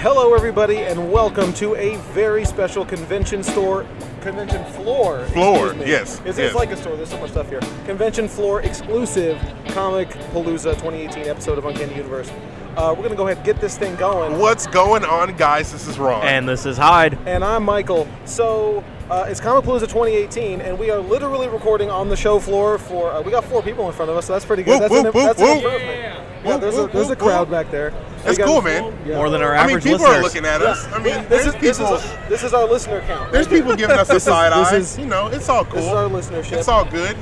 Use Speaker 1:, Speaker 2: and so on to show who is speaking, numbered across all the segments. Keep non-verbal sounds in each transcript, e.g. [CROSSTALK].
Speaker 1: Hello, everybody, and welcome to a very special convention store, convention floor.
Speaker 2: Floor,
Speaker 1: excuse me.
Speaker 2: yes,
Speaker 1: It's,
Speaker 2: yes.
Speaker 1: it's like a store. There's so much stuff here. Convention floor exclusive comic palooza 2018 episode of Uncanny Universe. Uh, we're gonna go ahead and get this thing going.
Speaker 2: What's going on, guys? This is Ron.
Speaker 3: And this is Hyde.
Speaker 1: And I'm Michael. So uh, it's Comic Palooza 2018, and we are literally recording on the show floor for. Uh, we got four people in front of us, so that's pretty good.
Speaker 2: Whoop,
Speaker 1: that's an,
Speaker 2: whoop, whoop,
Speaker 1: that's an
Speaker 2: whoop.
Speaker 1: improvement. Yeah,
Speaker 2: Whoop,
Speaker 1: there's a,
Speaker 2: whoop,
Speaker 1: there's a
Speaker 2: whoop,
Speaker 1: crowd
Speaker 2: whoop.
Speaker 1: back there.
Speaker 2: That's
Speaker 1: We got-
Speaker 2: cool, man.
Speaker 1: Yeah.
Speaker 3: More than our
Speaker 2: I mean,
Speaker 3: average
Speaker 2: people
Speaker 3: listeners.
Speaker 2: are looking at us. I mean,
Speaker 1: This
Speaker 2: there's
Speaker 1: is,
Speaker 2: people.
Speaker 1: this, is, this is our listener count.
Speaker 2: there's people giving us a side
Speaker 1: [LAUGHS] this
Speaker 2: eye.
Speaker 1: is-
Speaker 2: you know, it's all cool.
Speaker 1: This is our listenership.
Speaker 2: It's all good.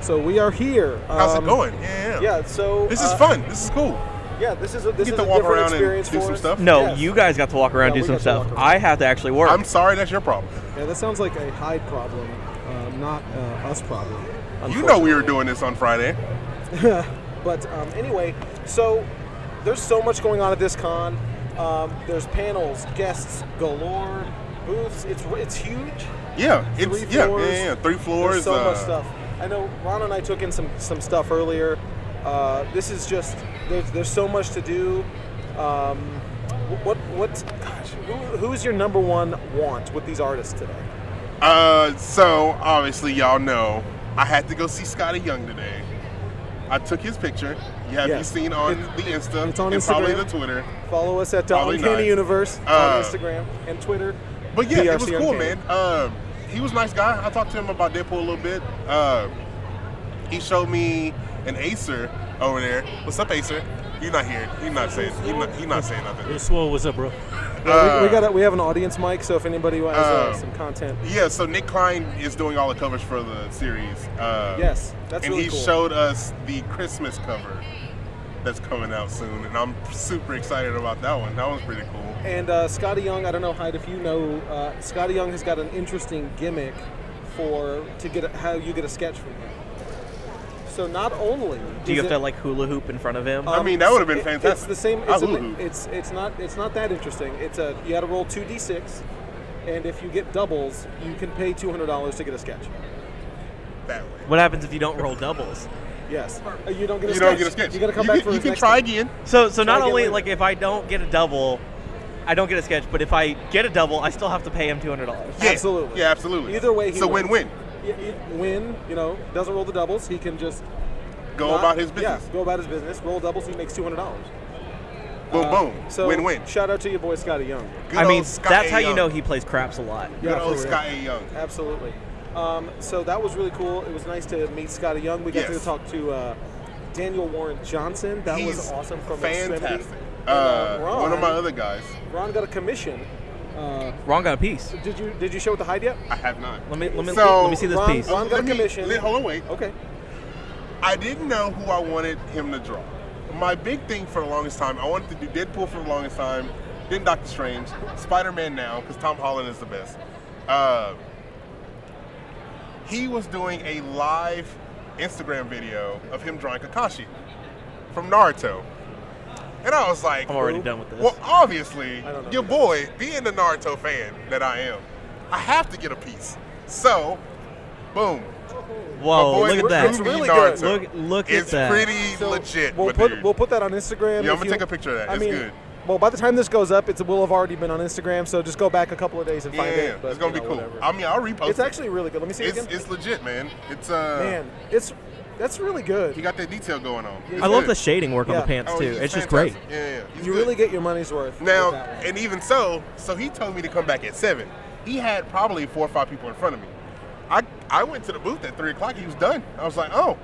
Speaker 1: so we are here.
Speaker 2: How's
Speaker 1: Um,
Speaker 2: it going? Yeah, yeah.
Speaker 1: Yeah. So
Speaker 2: This is
Speaker 1: uh,
Speaker 2: fun. This is cool.
Speaker 1: Yeah. This is a this
Speaker 2: You
Speaker 1: is
Speaker 2: get to
Speaker 1: a
Speaker 2: walk
Speaker 1: different
Speaker 2: around and
Speaker 1: experience
Speaker 2: do
Speaker 1: for
Speaker 2: some
Speaker 1: us.
Speaker 2: stuff.
Speaker 3: No,
Speaker 1: Yes.
Speaker 3: you guys got to walk around
Speaker 1: Yeah,
Speaker 3: and
Speaker 1: we
Speaker 3: do some
Speaker 1: got to walk
Speaker 3: stuff.
Speaker 1: around.
Speaker 3: I have to actually work.
Speaker 2: I'm sorry, that's your problem.
Speaker 1: Yeah, that sounds like a hide problem, um, not uh, us problem.
Speaker 2: You know we were doing this on Friday.
Speaker 1: But um, anyway, so there's so much going on at this con. Um, there's panels, guests galore, booths. It's it's huge.
Speaker 2: Yeah, it's
Speaker 1: Three
Speaker 2: yeah, yeah,
Speaker 1: floors.
Speaker 2: yeah, yeah. Three floors.
Speaker 1: There's so
Speaker 2: uh,
Speaker 1: much stuff. I know Ron and I took in some some stuff earlier. Uh, this is just there's there's so much to do. Um, wh- what what gosh, who, who's your number one want with these artists today?
Speaker 2: Uh, so obviously y'all know I had to go see Scotty Young today. I took his picture. You have
Speaker 1: Yeah.
Speaker 2: you seen on
Speaker 1: It-
Speaker 2: the Insta
Speaker 1: it's on
Speaker 2: and probably
Speaker 1: Instagram.
Speaker 2: the Twitter.
Speaker 1: Follow us at
Speaker 2: Probably
Speaker 1: Uncanny
Speaker 2: not.
Speaker 1: Universe
Speaker 2: Uh,
Speaker 1: on Instagram and Twitter.
Speaker 2: But yeah, it was
Speaker 1: BRC
Speaker 2: cool,
Speaker 1: Uncanny.
Speaker 2: man. Um, he was a nice guy. I talked to him about Deadpool a little bit. Um, he showed me an Acer over there. What's up, Acer? You're not here. You're not saying. You're not, you're not saying nothing.
Speaker 4: Swole, what's up, bro?
Speaker 1: Yeah,
Speaker 2: Uh,
Speaker 1: we, we got a, we have an audience mic, so if anybody has uh,
Speaker 2: uh,
Speaker 1: some content,
Speaker 2: Yeah. So Nick Klein is doing all the covers for the series. Uh,
Speaker 1: yes, that's
Speaker 2: and
Speaker 1: really
Speaker 2: he
Speaker 1: cool.
Speaker 2: showed us the Christmas cover that's coming out soon, and I'm super excited about that one. That one's pretty cool.
Speaker 1: and uh, Scotty Young, I don't know Hyde if you know, uh, Scotty Young has got an interesting gimmick for to get a, how you get a sketch from him. So not only
Speaker 3: Do you
Speaker 1: is
Speaker 3: have
Speaker 1: it- Uh,
Speaker 3: to like hula hoop in front of him?
Speaker 2: I mean, that would've been
Speaker 1: it- It's
Speaker 2: fantastic.
Speaker 1: the same.
Speaker 2: I
Speaker 1: It's, a-
Speaker 2: hoo-hoo.
Speaker 1: it's it's not it's not that interesting. It's a you got to roll two d six, and if you get doubles, you can pay two hundred dollars to get a sketch.
Speaker 2: That way.
Speaker 3: what happens if you don't roll doubles?
Speaker 1: Yes, Uh, you don't get a
Speaker 2: You
Speaker 1: sketch.
Speaker 2: don't get a sketch.
Speaker 1: You got to come
Speaker 2: you
Speaker 1: back
Speaker 2: can,
Speaker 1: for
Speaker 2: You
Speaker 1: his
Speaker 2: can
Speaker 1: next
Speaker 2: try
Speaker 1: one.
Speaker 2: again.
Speaker 3: So, so
Speaker 1: Try
Speaker 3: not
Speaker 1: again
Speaker 3: only
Speaker 1: later.
Speaker 3: like if I don't get a double, I don't get a sketch, but if I get a double, I still have to pay him two hundred dollars.
Speaker 2: Yeah.
Speaker 1: Absolutely.
Speaker 2: Yeah, absolutely.
Speaker 1: Either way, he
Speaker 2: it's a
Speaker 1: wins.
Speaker 2: win-win.
Speaker 1: Y- y- win, you know, doesn't roll the doubles. He can just
Speaker 2: Go
Speaker 1: not-
Speaker 2: about his business.
Speaker 1: Yeah, go about his business. Roll doubles. He makes two hundred dollars.
Speaker 2: Boom, boom.
Speaker 1: So
Speaker 2: win-win.
Speaker 1: Shout out to your boy Scotty Young.
Speaker 2: Good
Speaker 3: I
Speaker 2: old
Speaker 3: mean,
Speaker 2: Scott
Speaker 3: that's
Speaker 2: A.
Speaker 3: how you
Speaker 2: Young.
Speaker 3: know he plays craps a lot.
Speaker 2: Good
Speaker 1: Yeah,
Speaker 2: old
Speaker 1: for real.
Speaker 2: Scott A. Young.
Speaker 1: Absolutely. Um, so that was really cool. It was nice to meet Scotty Young. We got
Speaker 2: Yes.
Speaker 1: to talk to uh, Daniel Warren Johnson. That was
Speaker 2: He's
Speaker 1: awesome. From Xfinity.
Speaker 2: fantastic.
Speaker 1: And,
Speaker 2: Uh,
Speaker 1: Ron,
Speaker 2: one of my other guys.
Speaker 1: Ron got a commission. Uh,
Speaker 3: Ron got a piece.
Speaker 1: did you did you show it to Hyde yet?
Speaker 2: I have not.
Speaker 3: Let me let me
Speaker 2: So,
Speaker 3: let me see this
Speaker 1: Ron-
Speaker 3: piece.
Speaker 1: Ron- got a
Speaker 2: Let me-
Speaker 1: commission.
Speaker 2: let- hold on, wait.
Speaker 1: Okay.
Speaker 2: I didn't know who I wanted him to draw. My big thing for the longest time, I wanted to do Deadpool for the longest time, then Doctor Strange, Spider Man now, because Tom Holland is the best. Uh, he was doing a live Instagram video of him drawing Kakashi from Naruto. And I was like,
Speaker 3: I'm already done with this.
Speaker 2: well, obviously,
Speaker 1: I don't know
Speaker 2: your
Speaker 1: who
Speaker 2: boy, being the Naruto fan that I am, I have to get a piece. So, boom.
Speaker 3: Whoa,
Speaker 2: My boy
Speaker 3: Oh, look at
Speaker 2: drew
Speaker 3: that.
Speaker 2: me
Speaker 1: really good.
Speaker 2: Naruto.
Speaker 3: Look- look at
Speaker 2: it's
Speaker 3: that.
Speaker 2: pretty legit.
Speaker 1: We'll
Speaker 2: but
Speaker 1: put
Speaker 2: dude.
Speaker 1: we'll put that on Instagram.
Speaker 2: Yeah, I'm
Speaker 1: if
Speaker 2: gonna
Speaker 1: you-
Speaker 2: take a picture of that.
Speaker 1: I
Speaker 2: It's
Speaker 1: mean,
Speaker 2: good.
Speaker 1: Well, by the time this goes up, it will have already been on Instagram. So just go back a couple of days and
Speaker 2: yeah,
Speaker 1: find it. but,
Speaker 2: it's gonna
Speaker 1: you
Speaker 2: be
Speaker 1: know,
Speaker 2: cool.
Speaker 1: whatever.
Speaker 2: I mean, I'll repost.
Speaker 1: it's
Speaker 2: it.
Speaker 1: actually really good. Let me see
Speaker 2: it's,
Speaker 1: it again.
Speaker 2: it's legit, man. It's uh,
Speaker 1: Man, it's that's really good. You,
Speaker 2: he got that detail going on. It's
Speaker 3: I love
Speaker 2: good.
Speaker 3: the shading work on
Speaker 1: Yeah.
Speaker 3: the pants
Speaker 2: Oh,
Speaker 3: too. It's, just great.
Speaker 2: fantastic. Yeah, yeah, yeah. He's good.
Speaker 1: really get your money's worth. with
Speaker 2: now,
Speaker 1: that one.
Speaker 2: and even so, so he told me to come back at seven. He had probably four or five people in front of me. I I went to the booth at three o'clock. He was done. I was like, oh,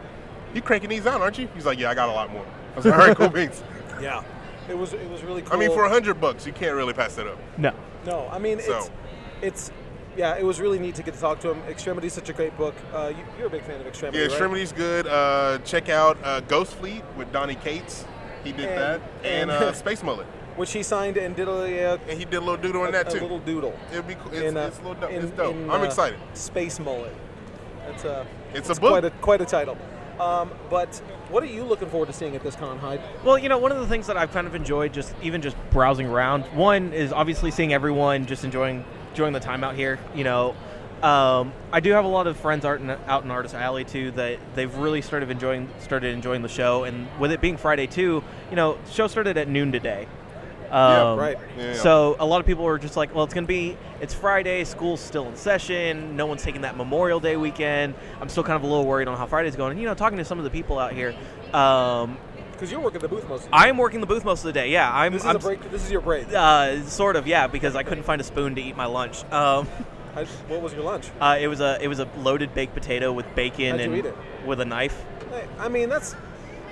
Speaker 2: you cranking these out, aren't you? He's like, yeah, I got a lot more. I was like, all right, [LAUGHS] cool beans.
Speaker 1: yeah, it was it was really cool.
Speaker 2: I mean, for a hundred bucks, you can't really pass it up.
Speaker 3: No.
Speaker 1: No, I mean
Speaker 2: So.
Speaker 1: it's it's yeah, it was really neat to get to talk to him. Extremity's such a great book. Uh, you, you're a big fan of Extremity,
Speaker 2: Yeah,
Speaker 1: right?
Speaker 2: Extremity's good. Uh, check out uh, Ghost Fleet with Donnie Cates. He did
Speaker 1: And-
Speaker 2: that.
Speaker 1: and- [LAUGHS]
Speaker 2: And, uh, Space Mullet.
Speaker 1: which he signed and did a,
Speaker 2: And he did a little doodle
Speaker 1: a,
Speaker 2: on that
Speaker 1: a
Speaker 2: too.
Speaker 1: little doodle.
Speaker 2: It'll be cool. It's,
Speaker 1: in, uh,
Speaker 2: it's a little dope.
Speaker 1: in-
Speaker 2: it's dope.
Speaker 1: in,
Speaker 2: I'm
Speaker 1: uh,
Speaker 2: excited.
Speaker 1: Space Mullet. It's a
Speaker 2: It's a
Speaker 1: quite
Speaker 2: book.
Speaker 1: a quite a title. Um, but what are you looking forward to seeing at this con, Hyde?
Speaker 3: Well, you know, one of the things that I've kind of enjoyed just even just browsing around, one is obviously seeing everyone just enjoying enjoying the time out here, you know. Um, I do have a lot of friends out in, out in Artist Alley too that they've really started enjoying started enjoying the show and with it being Friday too, you know, show started at noon today. Um,
Speaker 1: right.
Speaker 2: Yeah.
Speaker 3: So a lot of people were just like, well, it's going to be, it's Friday, school's still in session, no one's taking that Memorial Day weekend. I'm still kind of a little worried on how Friday's going. And, you know, talking to some of the people out here, um,
Speaker 1: Because you're working the booth most. Of the
Speaker 3: I'm working the booth most of the day. Yeah, I'm.
Speaker 1: This is
Speaker 3: I'm
Speaker 1: a break. This is your break.
Speaker 3: Uh, sort of, yeah, because I couldn't find a spoon to eat my lunch. Um, [LAUGHS]
Speaker 1: I, what was your lunch?
Speaker 3: uh, it was a it was a loaded baked potato with bacon
Speaker 1: How'd you
Speaker 3: and
Speaker 1: eat it?
Speaker 3: with a knife.
Speaker 1: Hey, I mean, that's.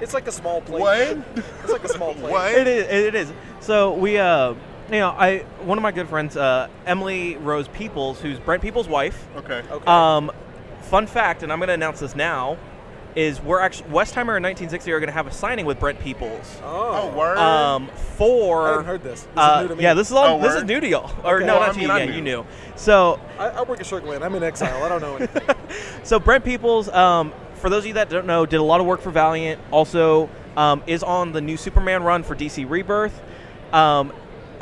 Speaker 1: It's like a small plate.
Speaker 2: What?
Speaker 1: It's like a
Speaker 2: [LAUGHS]
Speaker 1: small plate.
Speaker 2: What?
Speaker 3: It is. It is. So we, uh, you know, I one of my good friends, uh, Emily Rose Peoples, who's Brent Peoples' wife.
Speaker 2: Okay.
Speaker 1: Okay.
Speaker 3: Um, fun fact, and I'm going to announce this now, is we're actually Westheimer and 1960 are going to have a signing with Brent Peoples.
Speaker 2: Oh,
Speaker 1: oh.
Speaker 2: word.
Speaker 3: Um, for
Speaker 1: I hadn't heard this. This is
Speaker 3: uh,
Speaker 1: new to me.
Speaker 3: yeah, this is all
Speaker 2: Oh,
Speaker 3: this
Speaker 2: word.
Speaker 3: is new to y'all. Or
Speaker 1: Okay.
Speaker 3: no,
Speaker 2: Well,
Speaker 3: not
Speaker 2: I
Speaker 3: to
Speaker 2: mean,
Speaker 3: you.
Speaker 2: I
Speaker 3: Yeah,
Speaker 2: knew.
Speaker 3: you knew. So
Speaker 1: I, I work at Sugar Land. I'm in exile. I don't know
Speaker 2: [LAUGHS]
Speaker 1: anything.
Speaker 3: So Brent Peoples, um, for those of you that don't know, did a lot of work for Valiant. Also, um, is on the new Superman run for DC Rebirth. Um,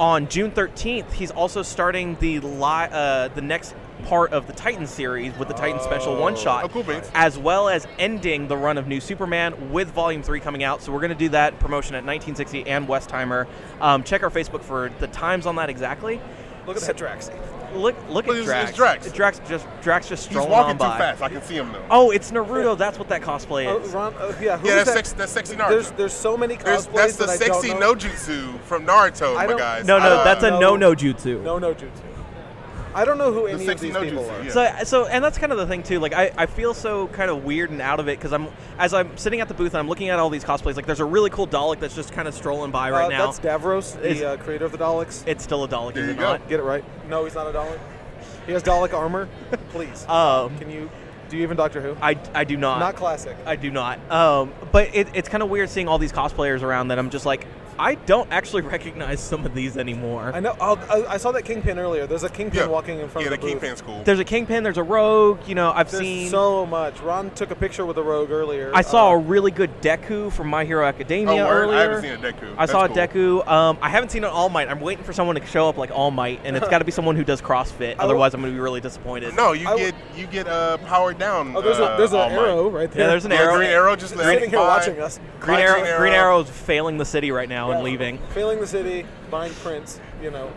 Speaker 3: on June 13th, he's also starting the li- uh, the next part of the Titan series with the Titan Special one shot,
Speaker 2: Oh, cool beans.
Speaker 3: as well as ending the run of New Superman with Volume Three coming out. So we're going to do that promotion at 1960 and Westheimer. Um, check our Facebook for the times on that exactly.
Speaker 1: Look at that Drax.
Speaker 3: Look, look
Speaker 2: Well,
Speaker 3: at
Speaker 2: it's-
Speaker 3: Drax.
Speaker 2: it's Drax.
Speaker 3: just Drax just
Speaker 2: He's
Speaker 3: strolling
Speaker 2: walking
Speaker 3: on
Speaker 2: too
Speaker 3: by.
Speaker 2: fast. I can see him though.
Speaker 3: Oh, it's Naruto. That's what that cosplay
Speaker 1: Oh,
Speaker 3: is.
Speaker 1: Ron, oh, yeah, who's
Speaker 2: yeah, that's
Speaker 1: that?
Speaker 2: sexy. That's sexy Naruto.
Speaker 1: There's there's so many
Speaker 2: There's-
Speaker 1: cosplays
Speaker 2: that's the
Speaker 1: that I don't
Speaker 2: sexy
Speaker 1: know.
Speaker 2: nojutsu from Naruto,
Speaker 1: I
Speaker 2: my
Speaker 1: don't-
Speaker 2: guys.
Speaker 3: No, no,
Speaker 2: Uh,
Speaker 3: that's a
Speaker 1: no.
Speaker 3: no no jutsu.
Speaker 1: No, no jutsu. I don't know who any of
Speaker 2: sexy
Speaker 1: these
Speaker 2: no
Speaker 1: people
Speaker 2: jutsu,
Speaker 1: are.
Speaker 2: yeah.
Speaker 3: So, so, and that's kind of the thing too. Like, I, I feel so kind of weird and out of it because I'm, as I'm sitting at the booth and I'm looking at all these cosplays. Like, there's a really cool Dalek that's just kind of strolling by right
Speaker 1: Uh,
Speaker 3: now.
Speaker 1: That's Davros,
Speaker 3: Is-
Speaker 1: the uh, creator of the Daleks.
Speaker 3: it's still a Dalek,
Speaker 2: There
Speaker 3: is
Speaker 2: you
Speaker 3: it
Speaker 2: go.
Speaker 3: not?
Speaker 1: Get it right. No, he's not a Dalek. He has
Speaker 3: [LAUGHS]
Speaker 1: Dalek armor. Please.
Speaker 3: Um,
Speaker 1: Can you? Do you even Doctor Who?
Speaker 3: I, I do not.
Speaker 1: Not classic.
Speaker 3: I do not. Um, but it, it's kind of weird seeing all these cosplayers around that I'm just like, I don't actually [LAUGHS] recognize some of these anymore.
Speaker 1: I know. I'll, I, I saw that Kingpin earlier. There's a Kingpin
Speaker 2: yeah.
Speaker 1: walking in front
Speaker 2: yeah,
Speaker 1: of the, booth.
Speaker 2: Kingpin's cool.
Speaker 3: there's a Kingpin. There's a Rogue. You know, I've
Speaker 1: There's
Speaker 3: seen.
Speaker 1: so much. Ron took a picture with a rogue earlier.
Speaker 3: I saw
Speaker 1: Uh,
Speaker 3: a really good Deku from My Hero
Speaker 2: oh,
Speaker 3: Academia
Speaker 2: word.
Speaker 3: earlier.
Speaker 2: I haven't seen a Deku.
Speaker 3: I
Speaker 2: That's
Speaker 3: saw a
Speaker 2: cool.
Speaker 3: Deku. Um, I haven't seen an All Might. I'm waiting for someone to show up like All Might, and it's
Speaker 2: [LAUGHS]
Speaker 3: got to be someone who does CrossFit.
Speaker 1: will-
Speaker 3: Otherwise, I'm going to be really disappointed.
Speaker 2: No, you
Speaker 1: I w-
Speaker 2: get you get uh, powered down.
Speaker 1: Oh, there's a
Speaker 2: uh,
Speaker 1: there's an
Speaker 2: All Might.
Speaker 1: arrow right there.
Speaker 3: Yeah, there's an
Speaker 2: Yeah,
Speaker 3: arrow.
Speaker 2: Green Arrow just
Speaker 1: He's sitting here
Speaker 2: by.
Speaker 1: watching us.
Speaker 3: Green
Speaker 2: Green
Speaker 3: Arrow,
Speaker 2: Arrow.
Speaker 3: Green Arrow's failing the city right now and
Speaker 1: Yeah.
Speaker 3: leaving.
Speaker 1: Failing the city, buying prints. You know.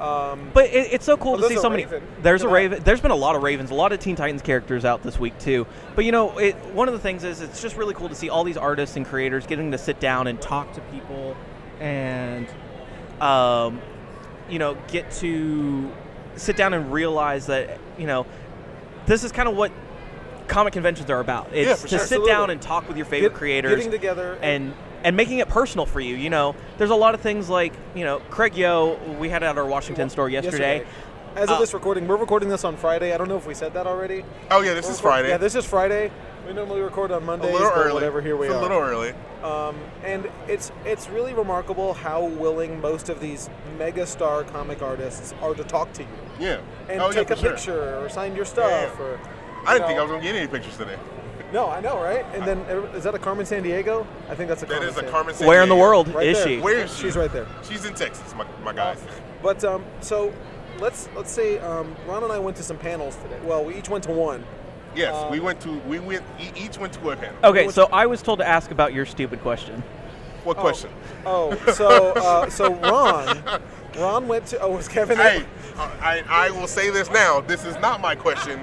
Speaker 1: Um,
Speaker 3: But it, it's so cool
Speaker 1: Oh,
Speaker 3: to
Speaker 1: there's
Speaker 3: see
Speaker 1: a
Speaker 3: so many.
Speaker 1: Raven.
Speaker 3: There's a
Speaker 1: Look at that.
Speaker 3: raven. There's been a lot of ravens, a lot of Teen Titans characters out this week too. But you know, it, one of the things is it's just really cool to see all these artists and creators getting to sit down and talk to people, and um, you know, get to sit down and realize that you know, this is kind of what comic conventions are about. It's
Speaker 2: for
Speaker 3: to
Speaker 2: sure.
Speaker 3: sit down
Speaker 1: Absolutely.
Speaker 3: and talk with your favorite
Speaker 1: Get-
Speaker 3: creators,
Speaker 1: getting together and-
Speaker 3: and and making it personal for you. You know, there's a lot of things like you know, Craig Yo, we had it at our Washington store yesterday.
Speaker 1: As
Speaker 3: Uh,
Speaker 1: of this recording, we're recording this on Friday. I don't know if we said that already.
Speaker 2: Oh yeah, this
Speaker 1: We're
Speaker 2: is
Speaker 1: record-
Speaker 2: Friday.
Speaker 1: Yeah, this is Friday. We normally record on
Speaker 2: a
Speaker 1: Mondays,
Speaker 2: little
Speaker 1: but
Speaker 2: early.
Speaker 1: whatever. Here we
Speaker 2: it's
Speaker 1: are.
Speaker 2: A little early.
Speaker 1: Um, and it's it's really remarkable how willing most of these megastar comic artists are to talk to you
Speaker 2: Yeah.
Speaker 1: and
Speaker 2: oh,
Speaker 1: take
Speaker 2: yeah,
Speaker 1: a
Speaker 2: for sure.
Speaker 1: picture or sign your stuff.
Speaker 2: Yeah.
Speaker 1: Or
Speaker 2: I
Speaker 1: you
Speaker 2: didn't
Speaker 1: know.
Speaker 2: think I was gonna get any pictures today.
Speaker 1: No, I know, right? And then every- is that a Carmen San Diego? I think that's a.
Speaker 2: That
Speaker 1: Carmen
Speaker 2: is a
Speaker 1: San-
Speaker 2: Carmen. San
Speaker 3: Where in the
Speaker 2: Diego.
Speaker 3: world
Speaker 1: Right
Speaker 3: is
Speaker 1: there.
Speaker 3: she?
Speaker 2: Where is she?
Speaker 1: She's right there.
Speaker 2: She's in Texas, my, my guys.
Speaker 1: But um, so let's let's say um, Ron and I went to some panels today. Well, we each went to one.
Speaker 2: yes,
Speaker 1: um,
Speaker 2: we went to we went e- each went to a panel.
Speaker 3: Okay, so I was told to ask about your stupid question.
Speaker 2: What question?
Speaker 1: Oh, so uh, so Ron, Ron went to. Oh, was Kevin? there?
Speaker 2: Hey, I, I will say this now. This is not my question.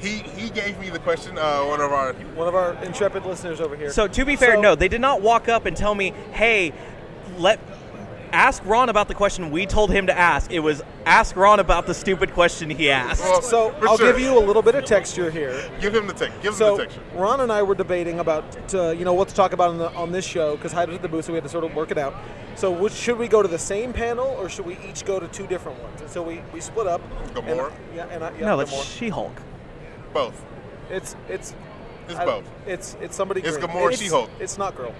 Speaker 2: He he gave me the question. Uh, one of our
Speaker 1: One of our intrepid listeners over here.
Speaker 3: So to be fair,
Speaker 1: So-
Speaker 3: no, they did not walk up and tell me, "Hey, let ask Ron about the question we told him to ask." It was ask Ron about the stupid question he asked.
Speaker 2: Well,
Speaker 1: So
Speaker 2: For
Speaker 1: I'll
Speaker 2: sure.
Speaker 1: give you a little bit of texture here.
Speaker 2: give him the text. Give him
Speaker 1: So
Speaker 2: the texture.
Speaker 1: Ron and I were debating about uh, you know what to talk about on, the, on this show because Hyde was at the booth, so we had to sort of work it out. So which, should we go to the same panel or should we each go to two different ones? And so we, we split up.
Speaker 2: Gamora?
Speaker 1: And, yeah, and I, yeah,
Speaker 3: no, that's
Speaker 1: Gamora.
Speaker 3: She-Hulk.
Speaker 2: Both.
Speaker 1: It's it's
Speaker 2: It's
Speaker 1: I-
Speaker 2: both.
Speaker 1: It's it's somebody.
Speaker 2: It's
Speaker 1: green.
Speaker 2: Gamora,
Speaker 1: It's-
Speaker 2: She-Hulk.
Speaker 1: It's not girl.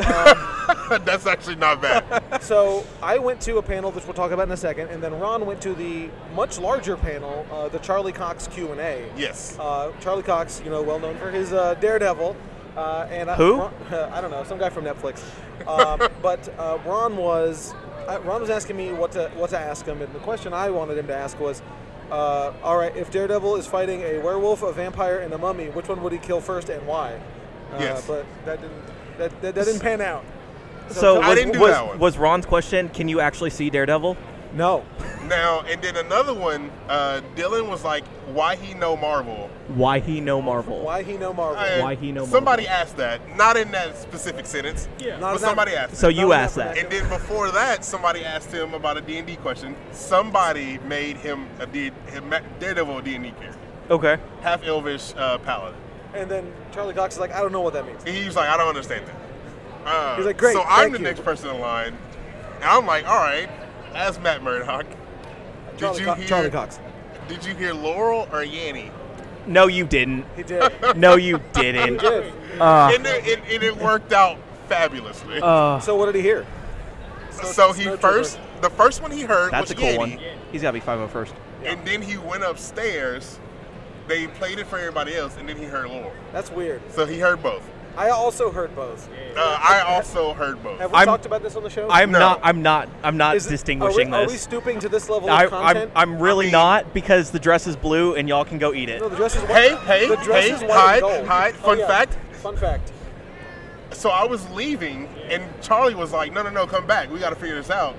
Speaker 2: [LAUGHS] That's actually not bad.
Speaker 1: So I went to a panel, which we'll talk about in a second, and then Ron went to the much larger panel, uh, the Charlie Cox Q and A.
Speaker 2: Yes.
Speaker 1: Uh, Charlie Cox, you know, well known for his uh, Daredevil, uh, and I,
Speaker 3: Who?
Speaker 1: Ron, [LAUGHS] I don't know, some guy from Netflix. Um,
Speaker 3: [LAUGHS]
Speaker 1: but uh, Ron was uh, Ron was asking me what to what to ask him, and the question I wanted him to ask was. Uh, all right. If Daredevil is fighting a werewolf, a vampire, and a mummy, which one would he kill first, and why? Uh,
Speaker 2: Yes.
Speaker 1: But that didn't that, that, that didn't pan out.
Speaker 3: So
Speaker 1: tell-
Speaker 2: I
Speaker 3: was,
Speaker 2: didn't do
Speaker 3: was,
Speaker 2: that one.
Speaker 3: was Ron's question? Can you actually see Daredevil?
Speaker 1: No.
Speaker 2: Now and then another one. Uh, Dylan was like, "Why he know Marvel?"
Speaker 3: Why he no Marvel?
Speaker 1: Why he no Marvel?
Speaker 2: And
Speaker 3: Why he know Marvel.
Speaker 2: Somebody asked that, not in that specific sentence,
Speaker 1: Not
Speaker 2: but
Speaker 1: in that-
Speaker 2: somebody asked.
Speaker 3: So
Speaker 2: it.
Speaker 3: you
Speaker 1: No,
Speaker 3: asked
Speaker 1: never
Speaker 3: that.
Speaker 1: mind.
Speaker 2: And then before that, somebody asked him about a D&D question. Somebody made him a D- him, Daredevil a D&D character.
Speaker 3: Okay.
Speaker 2: Half Elvish uh, Paladin.
Speaker 1: And then Charlie Cox is like, I don't know what that means.
Speaker 2: And he was like, I don't understand that. Uh,
Speaker 1: He's like, "Great,
Speaker 2: So I'm
Speaker 1: thank
Speaker 2: the
Speaker 1: you."
Speaker 2: next person in line. And I'm like, all right, ask Matt Murdock. Did
Speaker 1: Charlie,
Speaker 2: you,
Speaker 1: Co-
Speaker 2: hear,
Speaker 1: Charlie Cox.
Speaker 2: did you hear Laurel or Yanny?
Speaker 3: No, you didn't.
Speaker 1: He did.
Speaker 3: No, you
Speaker 2: [LAUGHS]
Speaker 3: didn't.
Speaker 1: did.
Speaker 3: Uh,
Speaker 2: and, it, and- and it worked out fabulously.
Speaker 3: uh,
Speaker 1: So what did he hear?
Speaker 2: so he
Speaker 1: Snow Trooper.
Speaker 2: first, the first one he heard
Speaker 3: that's a
Speaker 2: was
Speaker 3: cool
Speaker 2: Yanny.
Speaker 3: one. He's got to be 501st.
Speaker 2: And then he went upstairs. They played it for everybody else, and then he heard Laurel.
Speaker 1: That's weird.
Speaker 2: So he heard both.
Speaker 1: I also heard both.
Speaker 2: Uh, I also heard both.
Speaker 1: Have we
Speaker 3: I'm-
Speaker 1: talked about this on the show?
Speaker 3: I'm
Speaker 2: No.
Speaker 3: not. I'm not. I'm not
Speaker 1: Is it-
Speaker 3: distinguishing
Speaker 1: are we, Are we
Speaker 3: this.
Speaker 1: stooping to this level
Speaker 3: I,
Speaker 1: of content?
Speaker 3: I'm, I'm really
Speaker 2: I mean-
Speaker 3: not because the dress is blue and y'all can go eat it.
Speaker 1: no, the dress is white.
Speaker 2: Hey, hey,
Speaker 1: the dress
Speaker 2: hey,
Speaker 1: is white and
Speaker 2: hide,
Speaker 1: gold.
Speaker 2: hide.
Speaker 1: Oh,
Speaker 2: Fun
Speaker 1: yeah.
Speaker 2: fact.
Speaker 1: Fun fact.
Speaker 2: So I was leaving, and Charlie was like, "No, no, no, come back. We got to figure this out.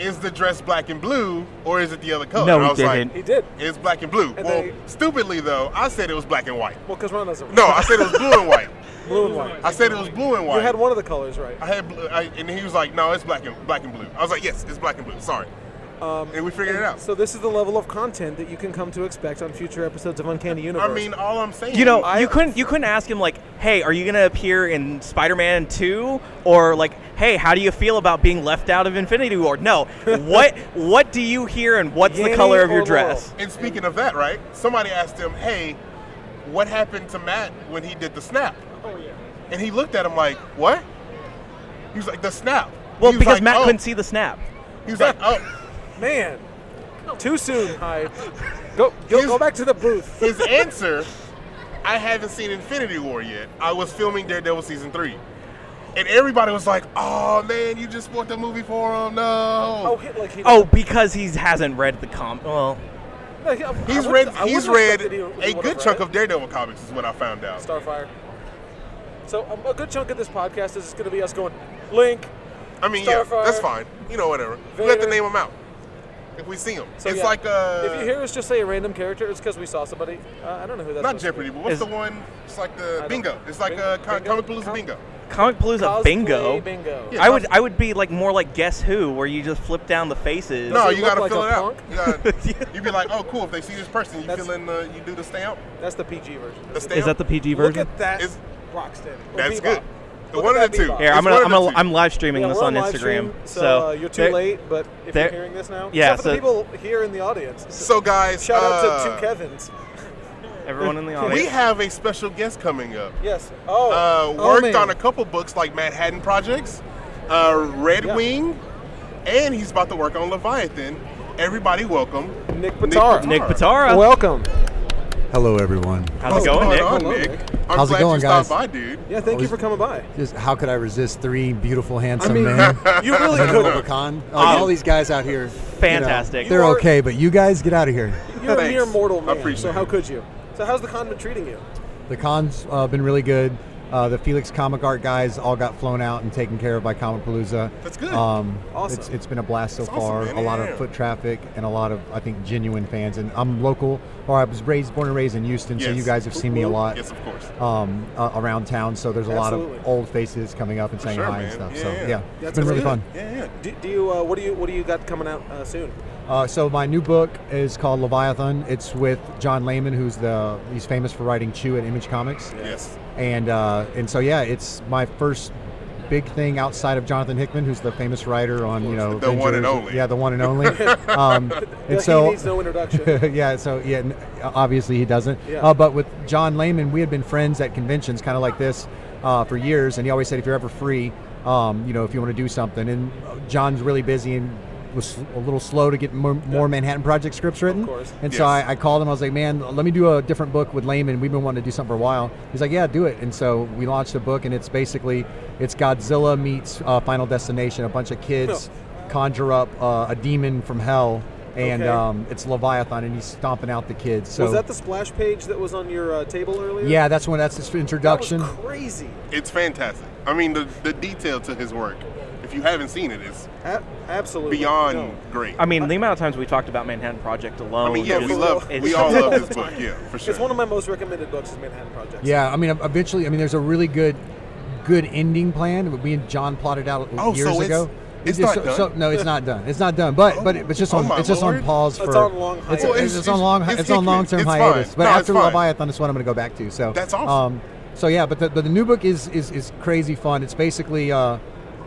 Speaker 2: Is the dress black and blue, or is it the other color?"
Speaker 3: No,
Speaker 2: and I
Speaker 3: he
Speaker 2: was
Speaker 1: He
Speaker 2: like,
Speaker 1: did.
Speaker 2: "It's black and blue."
Speaker 1: And
Speaker 2: well,
Speaker 1: they-
Speaker 2: stupidly though, I said it was black and white.
Speaker 1: Well, because Ron doesn't.
Speaker 2: No, I said it was blue and white.
Speaker 1: Blue and white.
Speaker 2: I said it was blue and white.
Speaker 1: You had one of the colors right.
Speaker 2: I had, blue, I, and he was like, "No, it's black and black and blue." I was like, "Yes, it's black and blue." Sorry.
Speaker 1: Um,
Speaker 2: and we figured it out.
Speaker 1: So this is the level of content that you can come to expect on future episodes of Uncanny Universe.
Speaker 2: I mean, all I'm saying,
Speaker 3: You know,
Speaker 1: I-
Speaker 3: you couldn't. You couldn't ask him like, "Hey, are you gonna appear in Spider-Man 2?" or like, "Hey, how do you feel about being left out of Infinity War?"
Speaker 1: [LAUGHS]
Speaker 3: No. what What do you hear and what's the
Speaker 1: Yanny
Speaker 3: color of your
Speaker 1: or Laurel?
Speaker 3: dress?
Speaker 2: And speaking of that, right? Somebody asked him, "Hey, what happened to Matt when he did the snap?" Oh yeah. And he looked at him like, "What?" He was like, "The snap."
Speaker 3: Well,
Speaker 2: He was
Speaker 3: because
Speaker 2: like,
Speaker 3: Matt
Speaker 2: "Oh."
Speaker 3: couldn't see the snap.
Speaker 2: He was like, "Oh."
Speaker 1: man, too soon. Hyde. Go, go, go back to the booth.
Speaker 2: His answer, I haven't seen Infinity War yet. I was filming Daredevil season three, and everybody was like, "Oh man, you just bought the movie for him." No.
Speaker 1: Oh, hit like he.
Speaker 3: Oh, because he hasn't read the com. Well,
Speaker 1: No, he- I- I
Speaker 2: He's
Speaker 1: wouldn't-
Speaker 2: read.
Speaker 1: I
Speaker 2: He's
Speaker 1: wouldn't
Speaker 2: read
Speaker 1: expect that he would
Speaker 2: a
Speaker 1: have
Speaker 2: good
Speaker 1: read
Speaker 2: chunk
Speaker 1: it.
Speaker 2: of Daredevil comics, is what I found out.
Speaker 1: Starfire. So um, a good chunk of this podcast is going to be us going, Link.
Speaker 2: I mean, yeah,
Speaker 1: Starfire,
Speaker 2: that's fine. You know, whatever. Let the
Speaker 1: Vader.
Speaker 2: name them out if we see them.
Speaker 1: So,
Speaker 2: it's
Speaker 1: yeah,
Speaker 2: like uh,
Speaker 1: If you hear us just say a random character, it's because we saw somebody. Uh, I don't know who that's.
Speaker 2: not
Speaker 1: supposed to be.
Speaker 2: Jeopardy, but what's
Speaker 3: Is-
Speaker 2: the one? It's like the
Speaker 1: don't-
Speaker 2: bingo. It's like
Speaker 1: Bingo?
Speaker 2: uh, co-
Speaker 1: Bingo?
Speaker 2: comic blues
Speaker 1: Com-
Speaker 2: bingo.
Speaker 3: Comic Blue's a
Speaker 1: Cosplay
Speaker 3: bingo.
Speaker 1: Bingo.
Speaker 2: Yeah.
Speaker 3: I would. I would be like more like Guess Who, where you just flip down the faces.
Speaker 2: No,
Speaker 1: he
Speaker 2: you
Speaker 1: look
Speaker 2: gotta
Speaker 1: like
Speaker 2: fill
Speaker 1: a
Speaker 2: it out.
Speaker 1: punk?
Speaker 2: You
Speaker 1: [LAUGHS]
Speaker 2: gotta, you'd be like, oh, cool. If they see this person, you
Speaker 1: That's-
Speaker 2: fill in the, you do the stamp.
Speaker 1: That's the PG version.
Speaker 2: The stamp.
Speaker 3: Is that the PG
Speaker 1: Look
Speaker 3: version?
Speaker 1: at that,
Speaker 2: It's-
Speaker 1: Rocksteady. Or
Speaker 2: That's
Speaker 1: Bebop.
Speaker 2: good.
Speaker 1: Look
Speaker 2: one
Speaker 1: at
Speaker 2: of the
Speaker 1: that
Speaker 2: two.
Speaker 1: Bebop.
Speaker 3: Here,
Speaker 2: It's
Speaker 3: I'm gonna. I'm,
Speaker 2: one of the
Speaker 3: gonna
Speaker 2: two.
Speaker 3: I'm live streaming
Speaker 1: Yeah,
Speaker 3: this
Speaker 1: we're
Speaker 3: on Instagram.
Speaker 1: live stream, so, uh, you're too
Speaker 3: there-
Speaker 1: late. But if
Speaker 3: there-
Speaker 1: you're hearing this now,
Speaker 3: yeah,
Speaker 1: except for the
Speaker 3: so-
Speaker 1: people here in the audience.
Speaker 2: So guys,
Speaker 1: shout out to
Speaker 2: uh,
Speaker 1: two Kevin's.
Speaker 3: Everyone in the
Speaker 2: We
Speaker 3: audience.
Speaker 2: have a special guest coming up.
Speaker 1: Yes. Oh.
Speaker 2: Uh,
Speaker 1: oh,
Speaker 2: worked
Speaker 1: man.
Speaker 2: on a couple books like Manhattan Projects, uh, Red
Speaker 1: Yeah.
Speaker 2: Wing, and he's about to work on Leviathan. Everybody, welcome.
Speaker 1: Nick Pitara.
Speaker 3: Nick Patara.
Speaker 1: Welcome.
Speaker 4: Hello, everyone.
Speaker 3: how's it
Speaker 2: What's
Speaker 3: going, Nick?
Speaker 2: on,
Speaker 1: Hello,
Speaker 2: Nick?
Speaker 1: Nick.
Speaker 2: I'm
Speaker 4: How's it
Speaker 2: glad you
Speaker 4: going,
Speaker 2: stopped
Speaker 4: guys?
Speaker 2: by, dude.
Speaker 1: Yeah, thank you
Speaker 4: Always-
Speaker 1: for coming by.
Speaker 4: Just how could I resist three beautiful,
Speaker 1: I
Speaker 4: handsome
Speaker 1: mean,
Speaker 2: [LAUGHS]
Speaker 4: men?
Speaker 1: [LAUGHS] you really
Speaker 4: in the middle of a
Speaker 1: could.
Speaker 4: con. Like,
Speaker 3: Um,
Speaker 4: all these guys out here. you know,
Speaker 3: fantastic.
Speaker 1: You
Speaker 4: they're
Speaker 1: are-
Speaker 4: okay, but you guys get out of here.
Speaker 1: You're a
Speaker 2: Thanks.
Speaker 1: mere mortal
Speaker 2: I
Speaker 1: man.
Speaker 2: appreciate
Speaker 1: so
Speaker 2: it.
Speaker 1: how could you? So how's the con been treating you?
Speaker 4: The con's uh, been really good. Uh, the Felix Comic Art guys all got flown out and taken care of by Comic Palooza.
Speaker 2: That's good.
Speaker 4: Um,
Speaker 1: Awesome.
Speaker 4: It's, it's been a blast so
Speaker 2: That's awesome,
Speaker 4: far.
Speaker 2: man.
Speaker 4: a lot
Speaker 2: Yeah.
Speaker 4: of foot traffic and a lot of, I think, genuine fans. And I'm local, or I was raised, born and raised in Houston, so
Speaker 2: Yes.
Speaker 4: you guys have seen me a lot.
Speaker 2: Yes, of course.
Speaker 4: Um, uh, around town, so there's a lot
Speaker 1: Absolutely.
Speaker 4: of old faces coming up and saying
Speaker 2: sure,
Speaker 4: hi
Speaker 2: man.
Speaker 4: and stuff.
Speaker 2: Yeah,
Speaker 4: so
Speaker 2: yeah.
Speaker 4: yeah,
Speaker 1: That's
Speaker 4: it's been really
Speaker 1: good.
Speaker 4: fun.
Speaker 2: Yeah, yeah.
Speaker 1: Do, do you uh, what do you what do you got coming out uh, soon?
Speaker 4: Uh, so my new book is called Leviathan. It's with John Layman, who's the he's famous for writing Chew at Image Comics,
Speaker 2: Yes.
Speaker 4: and uh, and so yeah, it's my first big thing outside of Jonathan Hickman, who's the famous writer on you know
Speaker 2: The one and
Speaker 4: Avengers.
Speaker 2: only.
Speaker 4: yeah the one and only.
Speaker 2: [LAUGHS]
Speaker 4: um,
Speaker 1: Yeah,
Speaker 4: and so
Speaker 1: he needs no
Speaker 4: [LAUGHS]
Speaker 1: introduction.
Speaker 4: yeah, so yeah, n- obviously he doesn't.
Speaker 1: Yeah.
Speaker 4: Uh, but with John Lehman, we had been friends at conventions, kind of like this, uh, for years, and he always said, if you're ever free, um, you know, if you want to do something. And uh, John's really busy and was a little slow to get more, more Manhattan Project scripts written.
Speaker 1: course.
Speaker 4: And so
Speaker 2: Yes.
Speaker 4: I, I called him. I was like, man, let me do a different book with Lehman. We've been wanting to do something for a while. He's like, yeah, do it. And so we launched a book, and it's basically it's Godzilla meets uh, Final Destination. A bunch of kids conjure up uh, a demon from hell. And
Speaker 1: Okay.
Speaker 4: um, it's Leviathan, and he's stomping out the kids. So
Speaker 1: was that the splash page that was on your uh, table earlier?
Speaker 4: yeah, that's when that's his
Speaker 1: That was
Speaker 4: introduction.
Speaker 1: crazy.
Speaker 2: It's fantastic. I mean, the, the detail to his work If you haven't seen it, it's
Speaker 1: A- absolutely.
Speaker 2: beyond
Speaker 1: No.
Speaker 2: great.
Speaker 3: I mean, the amount of times we talked about Manhattan Project alone.
Speaker 2: I mean, yeah,
Speaker 3: just-
Speaker 2: we love,
Speaker 3: it's-
Speaker 2: we all love this book, yeah, for sure.
Speaker 1: It's one of my most recommended books is Manhattan Project.
Speaker 4: Yeah, I mean, eventually, I mean, there's a really good, good ending plan. We and John plotted out
Speaker 2: Oh, so
Speaker 4: years
Speaker 2: it's-
Speaker 4: ago.
Speaker 2: it's
Speaker 4: Just
Speaker 2: not
Speaker 4: so- so-
Speaker 2: done?
Speaker 4: no, it's not done. It's not done. But but it's just
Speaker 2: Oh,
Speaker 4: on
Speaker 2: my
Speaker 4: it's just on
Speaker 2: lord.
Speaker 4: pause for
Speaker 1: It's on long
Speaker 4: it's,
Speaker 1: hiatus.
Speaker 4: it's, it's on long
Speaker 2: It's-
Speaker 4: it's,
Speaker 2: it's
Speaker 4: on long term
Speaker 2: Hickman. It's
Speaker 4: hiatus.
Speaker 2: fine.
Speaker 4: But
Speaker 2: No, it's
Speaker 4: after
Speaker 2: fine.
Speaker 4: Leviathan, it's what I'm going to go back to. So
Speaker 2: That's awesome.
Speaker 4: Um, so yeah, but the, but the new book is is is crazy fun. It's basically uh,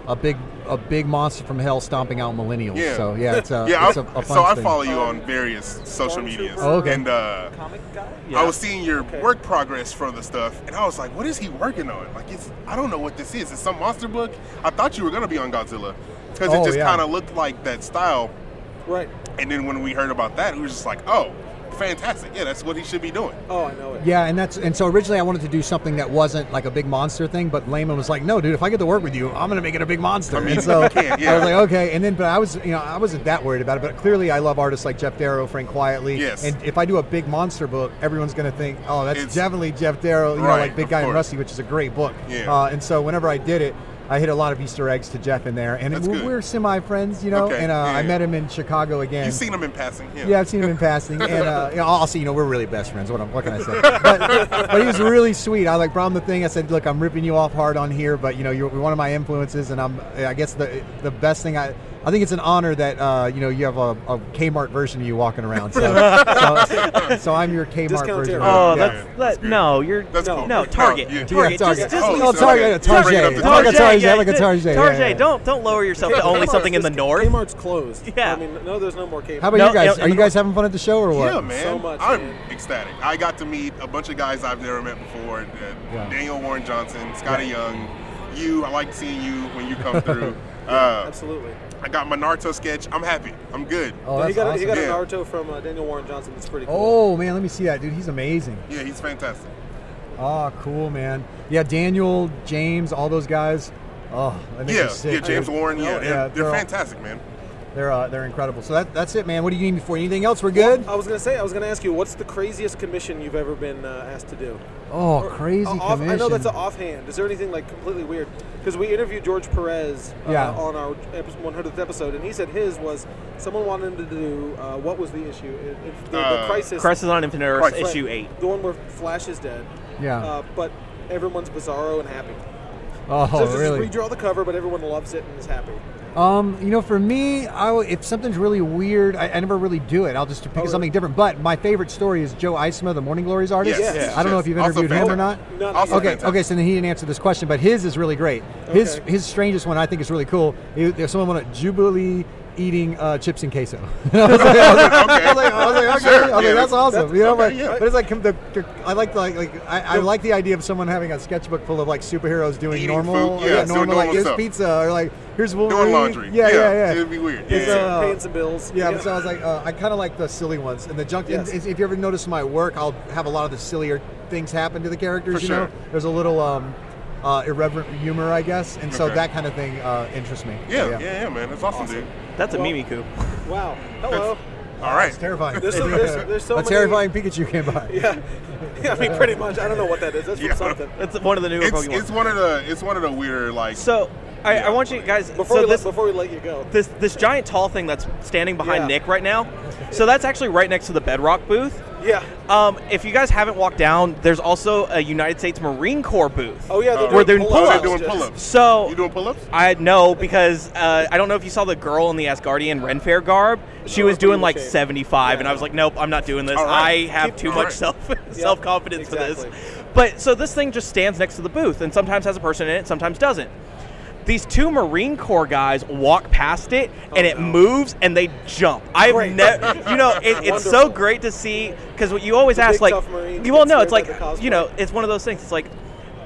Speaker 4: a big a big monster from hell stomping out millennials.
Speaker 2: Yeah.
Speaker 4: So yeah, it's a,
Speaker 2: [LAUGHS] yeah,
Speaker 4: Uh, it's a,
Speaker 2: I,
Speaker 4: a fun
Speaker 2: so I
Speaker 4: thing.
Speaker 2: follow you on various social medias,
Speaker 1: Oh,
Speaker 4: okay.
Speaker 2: and uh,
Speaker 1: Comic guy.
Speaker 3: Yeah.
Speaker 2: I was seeing your work progress for the stuff, and I was like, "What is he working on? Like, it's I don't know what this is. It's some monster book. I thought you were gonna be on Godzilla because
Speaker 4: Oh,
Speaker 2: it just
Speaker 4: yeah.
Speaker 2: kind of looked like that style.
Speaker 1: Right.
Speaker 2: And then when we heard about that, we were just like, "Oh, fantastic! Yeah, that's what he should be doing."
Speaker 1: Oh, I know it.
Speaker 4: Yeah, and that's and so originally I wanted to do something that wasn't like a big monster thing, but Layman was like, "No, dude, if I get to work with you, I'm gonna make it a big monster."
Speaker 2: mean,
Speaker 4: and so
Speaker 2: you can't,
Speaker 4: I
Speaker 2: yeah.
Speaker 4: was like, "Okay," and then but I was you know I wasn't that worried about it, but clearly I love artists like Jeff Darrow, Frank Quietly,
Speaker 2: Yes.
Speaker 4: and if I do a big monster book, everyone's gonna think, "Oh, that's
Speaker 2: It's-
Speaker 4: definitely Jeff Darrow," you know,
Speaker 2: Right,
Speaker 4: like Big
Speaker 2: of
Speaker 4: Guy and
Speaker 2: course.
Speaker 4: Rusty, which is a great book.
Speaker 2: Yeah.
Speaker 4: Uh, and so whenever I did it. I hit a lot of Easter eggs to Jeff in there, and
Speaker 2: That's
Speaker 4: we-
Speaker 2: good.
Speaker 4: we're semi friends, you know.
Speaker 2: Okay,
Speaker 4: And uh,
Speaker 2: yeah,
Speaker 4: I
Speaker 2: yeah.
Speaker 4: met him in Chicago again.
Speaker 2: You've seen him in passing. Yeah,
Speaker 4: Yeah, I've seen him in passing, and uh, you know, also, you know, we're really best friends. What, I'm- what can I say? But, but he was really sweet. I like brought him the thing. I said, "Look, I'm ripping you off hard on here, but you know, you're one of my influences, and I'm. I guess the the best thing I." I think it's an honor that uh, you know you have a, a Kmart version of you walking around. So, so, so I'm your Kmart
Speaker 1: Discount
Speaker 4: version.
Speaker 1: Terror.
Speaker 3: Oh,
Speaker 4: Yeah.
Speaker 3: that's, that, no, you're
Speaker 2: That's
Speaker 3: no,
Speaker 2: cool.
Speaker 3: no
Speaker 2: No,
Speaker 3: Target,
Speaker 2: you-
Speaker 3: Target,
Speaker 4: Yeah,
Speaker 3: Just,
Speaker 4: Target.
Speaker 3: just
Speaker 2: Oh,
Speaker 3: leave
Speaker 2: so-
Speaker 4: Oh, Target,
Speaker 2: okay. You're
Speaker 4: Target,
Speaker 2: bringing up
Speaker 4: Target,
Speaker 2: the-
Speaker 4: Target,
Speaker 3: Target,
Speaker 4: like a
Speaker 3: yeah,
Speaker 4: Target. yeah,
Speaker 3: Target,
Speaker 4: yeah.
Speaker 3: don't don't lower yourself to only
Speaker 1: Kmart's
Speaker 3: something in the
Speaker 1: just-
Speaker 3: north.
Speaker 1: Kmart's closed.
Speaker 3: [LAUGHS] Yeah.
Speaker 1: I mean, no, there's no more Kmart.
Speaker 4: How about
Speaker 3: No,
Speaker 4: you guys?
Speaker 3: in-
Speaker 4: Are
Speaker 3: in
Speaker 4: you
Speaker 3: the-
Speaker 4: guys having fun at the show or what?
Speaker 2: Yeah, man.
Speaker 1: much,
Speaker 2: I'm
Speaker 1: man.
Speaker 2: ecstatic. I got to meet a bunch of guys I've never met before. Uh,
Speaker 4: Yeah.
Speaker 2: Daniel Warren Johnson, Scotty Young, you. I like seeing you when you
Speaker 4: [LAUGHS]
Speaker 2: come through. uh,
Speaker 1: Absolutely.
Speaker 2: I got my Naruto sketch. I'm happy. I'm good.
Speaker 4: Oh,
Speaker 1: he
Speaker 4: that's
Speaker 1: got, a- he
Speaker 4: awesome.
Speaker 1: got a
Speaker 2: Yeah.
Speaker 1: Naruto from uh, Daniel Warren Johnson. That's pretty cool.
Speaker 4: Oh man, let me see that dude. He's amazing.
Speaker 2: Yeah, he's fantastic.
Speaker 4: Oh, cool, man. Yeah, Daniel, James, all those guys. Oh, I think
Speaker 2: Yeah,
Speaker 4: sick,
Speaker 2: yeah, James
Speaker 4: dude.
Speaker 2: Warren. Yeah,
Speaker 4: yeah,
Speaker 2: they're,
Speaker 4: they're
Speaker 2: they're,
Speaker 4: all-
Speaker 2: fantastic, man.
Speaker 4: They're uh, they're incredible. So that, that's it, man. What do you need me for? Anything else? We're good.
Speaker 1: I was gonna say, I was gonna ask you, what's the craziest commission you've ever been uh, asked to do?
Speaker 4: Oh,
Speaker 1: Or-
Speaker 4: crazy
Speaker 1: uh, off-
Speaker 4: commission.
Speaker 1: I know that's an offhand. Is there anything like completely weird? Because we interviewed George Perez uh,
Speaker 4: Yeah.
Speaker 1: on our epi- 100th episode, and he said his was someone wanted him to do uh, what was the issue? It, it, the, the
Speaker 2: Uh,
Speaker 1: crisis.
Speaker 3: Crisis on Infinite Earth,
Speaker 2: Right.
Speaker 3: issue eight.
Speaker 1: The one where Flash is dead.
Speaker 4: Yeah.
Speaker 1: Uh, but everyone's bizarro and happy. so
Speaker 4: oh,
Speaker 1: just
Speaker 4: really?
Speaker 1: redraw the cover, but everyone loves it and is happy.
Speaker 4: Um, you know, for me, I, w- if something's really weird, I, I never really do it. I'll just
Speaker 2: Oh,
Speaker 4: pick
Speaker 1: really?
Speaker 4: something different. But my favorite story is Joe Isma, the Morning Glories artist.
Speaker 2: Yes, yes,
Speaker 4: I don't know
Speaker 2: yes.
Speaker 4: if you've
Speaker 2: Also
Speaker 4: interviewed him or not.
Speaker 2: fantastic.
Speaker 1: Not
Speaker 2: Also
Speaker 4: Okay,
Speaker 2: fantastic.
Speaker 4: okay, so then he didn't answer this question, but his is really great. His
Speaker 1: Okay.
Speaker 4: his strangest one I think is really cool. It- There's someone at Jubilee eating uh, chips and queso. [LAUGHS] I was like, I was [LAUGHS] like, oh, I was like, I was like, okay, I was like,
Speaker 2: Yeah,
Speaker 4: that's
Speaker 2: that's-
Speaker 4: awesome.
Speaker 1: that's-
Speaker 4: you know,
Speaker 2: okay,
Speaker 4: but,
Speaker 2: yeah.
Speaker 4: but it's like the, the- I like like, like I, I like the idea of someone having a sketchbook full of like superheroes doing
Speaker 2: Eating
Speaker 4: normal,
Speaker 2: food, yeah, doing
Speaker 4: normal like
Speaker 2: normal
Speaker 4: here's
Speaker 2: stuff.
Speaker 4: pizza or like here's Wolverine.
Speaker 2: [LAUGHS] Doing laundry.
Speaker 4: Yeah, yeah, yeah.
Speaker 2: It'd be weird.
Speaker 4: It's,
Speaker 2: yeah.
Speaker 4: uh,
Speaker 1: Paying some bills.
Speaker 4: Yeah, but so I was like, uh, I kind of like the silly ones and the junk. and
Speaker 1: Yes.
Speaker 4: if- if you ever notice my work, I'll have a lot of the sillier things happen to the characters.
Speaker 2: For
Speaker 4: you know,
Speaker 2: sure.
Speaker 4: there's a little um, uh, irreverent humor, I guess, and so
Speaker 2: Okay.
Speaker 4: that kind of thing uh, interests me. So,
Speaker 2: yeah, yeah, yeah, man. That's awesome, dude.
Speaker 3: That's a
Speaker 1: Well-
Speaker 3: Mimiku.
Speaker 1: wow. Hello.
Speaker 2: All right.
Speaker 4: It's terrifying.
Speaker 1: There's so- there's- there's so
Speaker 4: a
Speaker 1: many-
Speaker 4: terrifying Pikachu came by.
Speaker 1: Yeah. [LAUGHS] yeah. I mean, pretty much. I don't know what that is. That's from
Speaker 2: Yeah.
Speaker 1: something.
Speaker 3: That's one of the newer
Speaker 2: It's,
Speaker 3: Pokemon.
Speaker 2: it's one of the it's one of the weirder like
Speaker 3: so I, I
Speaker 2: Yeah.
Speaker 3: want you guys.
Speaker 1: Before,
Speaker 3: so
Speaker 1: we
Speaker 3: this,
Speaker 1: let, before we let you go,
Speaker 3: this this giant tall thing that's standing behind
Speaker 1: Yeah.
Speaker 3: Nick right now. So that's actually right next to the Bedrock booth.
Speaker 1: yeah.
Speaker 3: Um, if you guys haven't walked down, there's also a United States Marine Corps booth.
Speaker 1: Oh yeah,
Speaker 2: uh,
Speaker 1: they're doing
Speaker 3: doing
Speaker 1: pull-ups.
Speaker 3: pull-ups.
Speaker 2: They're doing
Speaker 1: Just-
Speaker 2: pull-ups.
Speaker 3: So
Speaker 2: you doing pull-ups?
Speaker 3: I know because uh, I don't know if you saw the girl in the Asgardian Renfair garb. She
Speaker 1: No,
Speaker 3: was doing
Speaker 1: we
Speaker 3: like
Speaker 1: shame.
Speaker 3: 75, and
Speaker 1: Yeah.
Speaker 3: I was like, nope, I'm not doing this.
Speaker 2: All right.
Speaker 3: I have
Speaker 2: Keep-
Speaker 3: too
Speaker 2: all
Speaker 3: much
Speaker 2: right.
Speaker 3: self self confidence for
Speaker 1: exactly.
Speaker 3: this. But so this thing just stands next to the booth, and sometimes has a person in it, sometimes doesn't. These two Marine Corps guys walk past it, and it moves, and they jump. I've
Speaker 1: Oh, Great.
Speaker 3: never, you know, it,
Speaker 1: [LAUGHS]
Speaker 3: it's
Speaker 1: Wonderful.
Speaker 3: so great to see because what you always
Speaker 1: The
Speaker 3: ask,
Speaker 1: big,
Speaker 3: like,
Speaker 1: tough Marines
Speaker 3: you all
Speaker 1: get
Speaker 3: know, it's
Speaker 1: scared
Speaker 3: like,
Speaker 1: by the
Speaker 3: you know,
Speaker 1: cosplay.
Speaker 3: it's one of those things. It's like,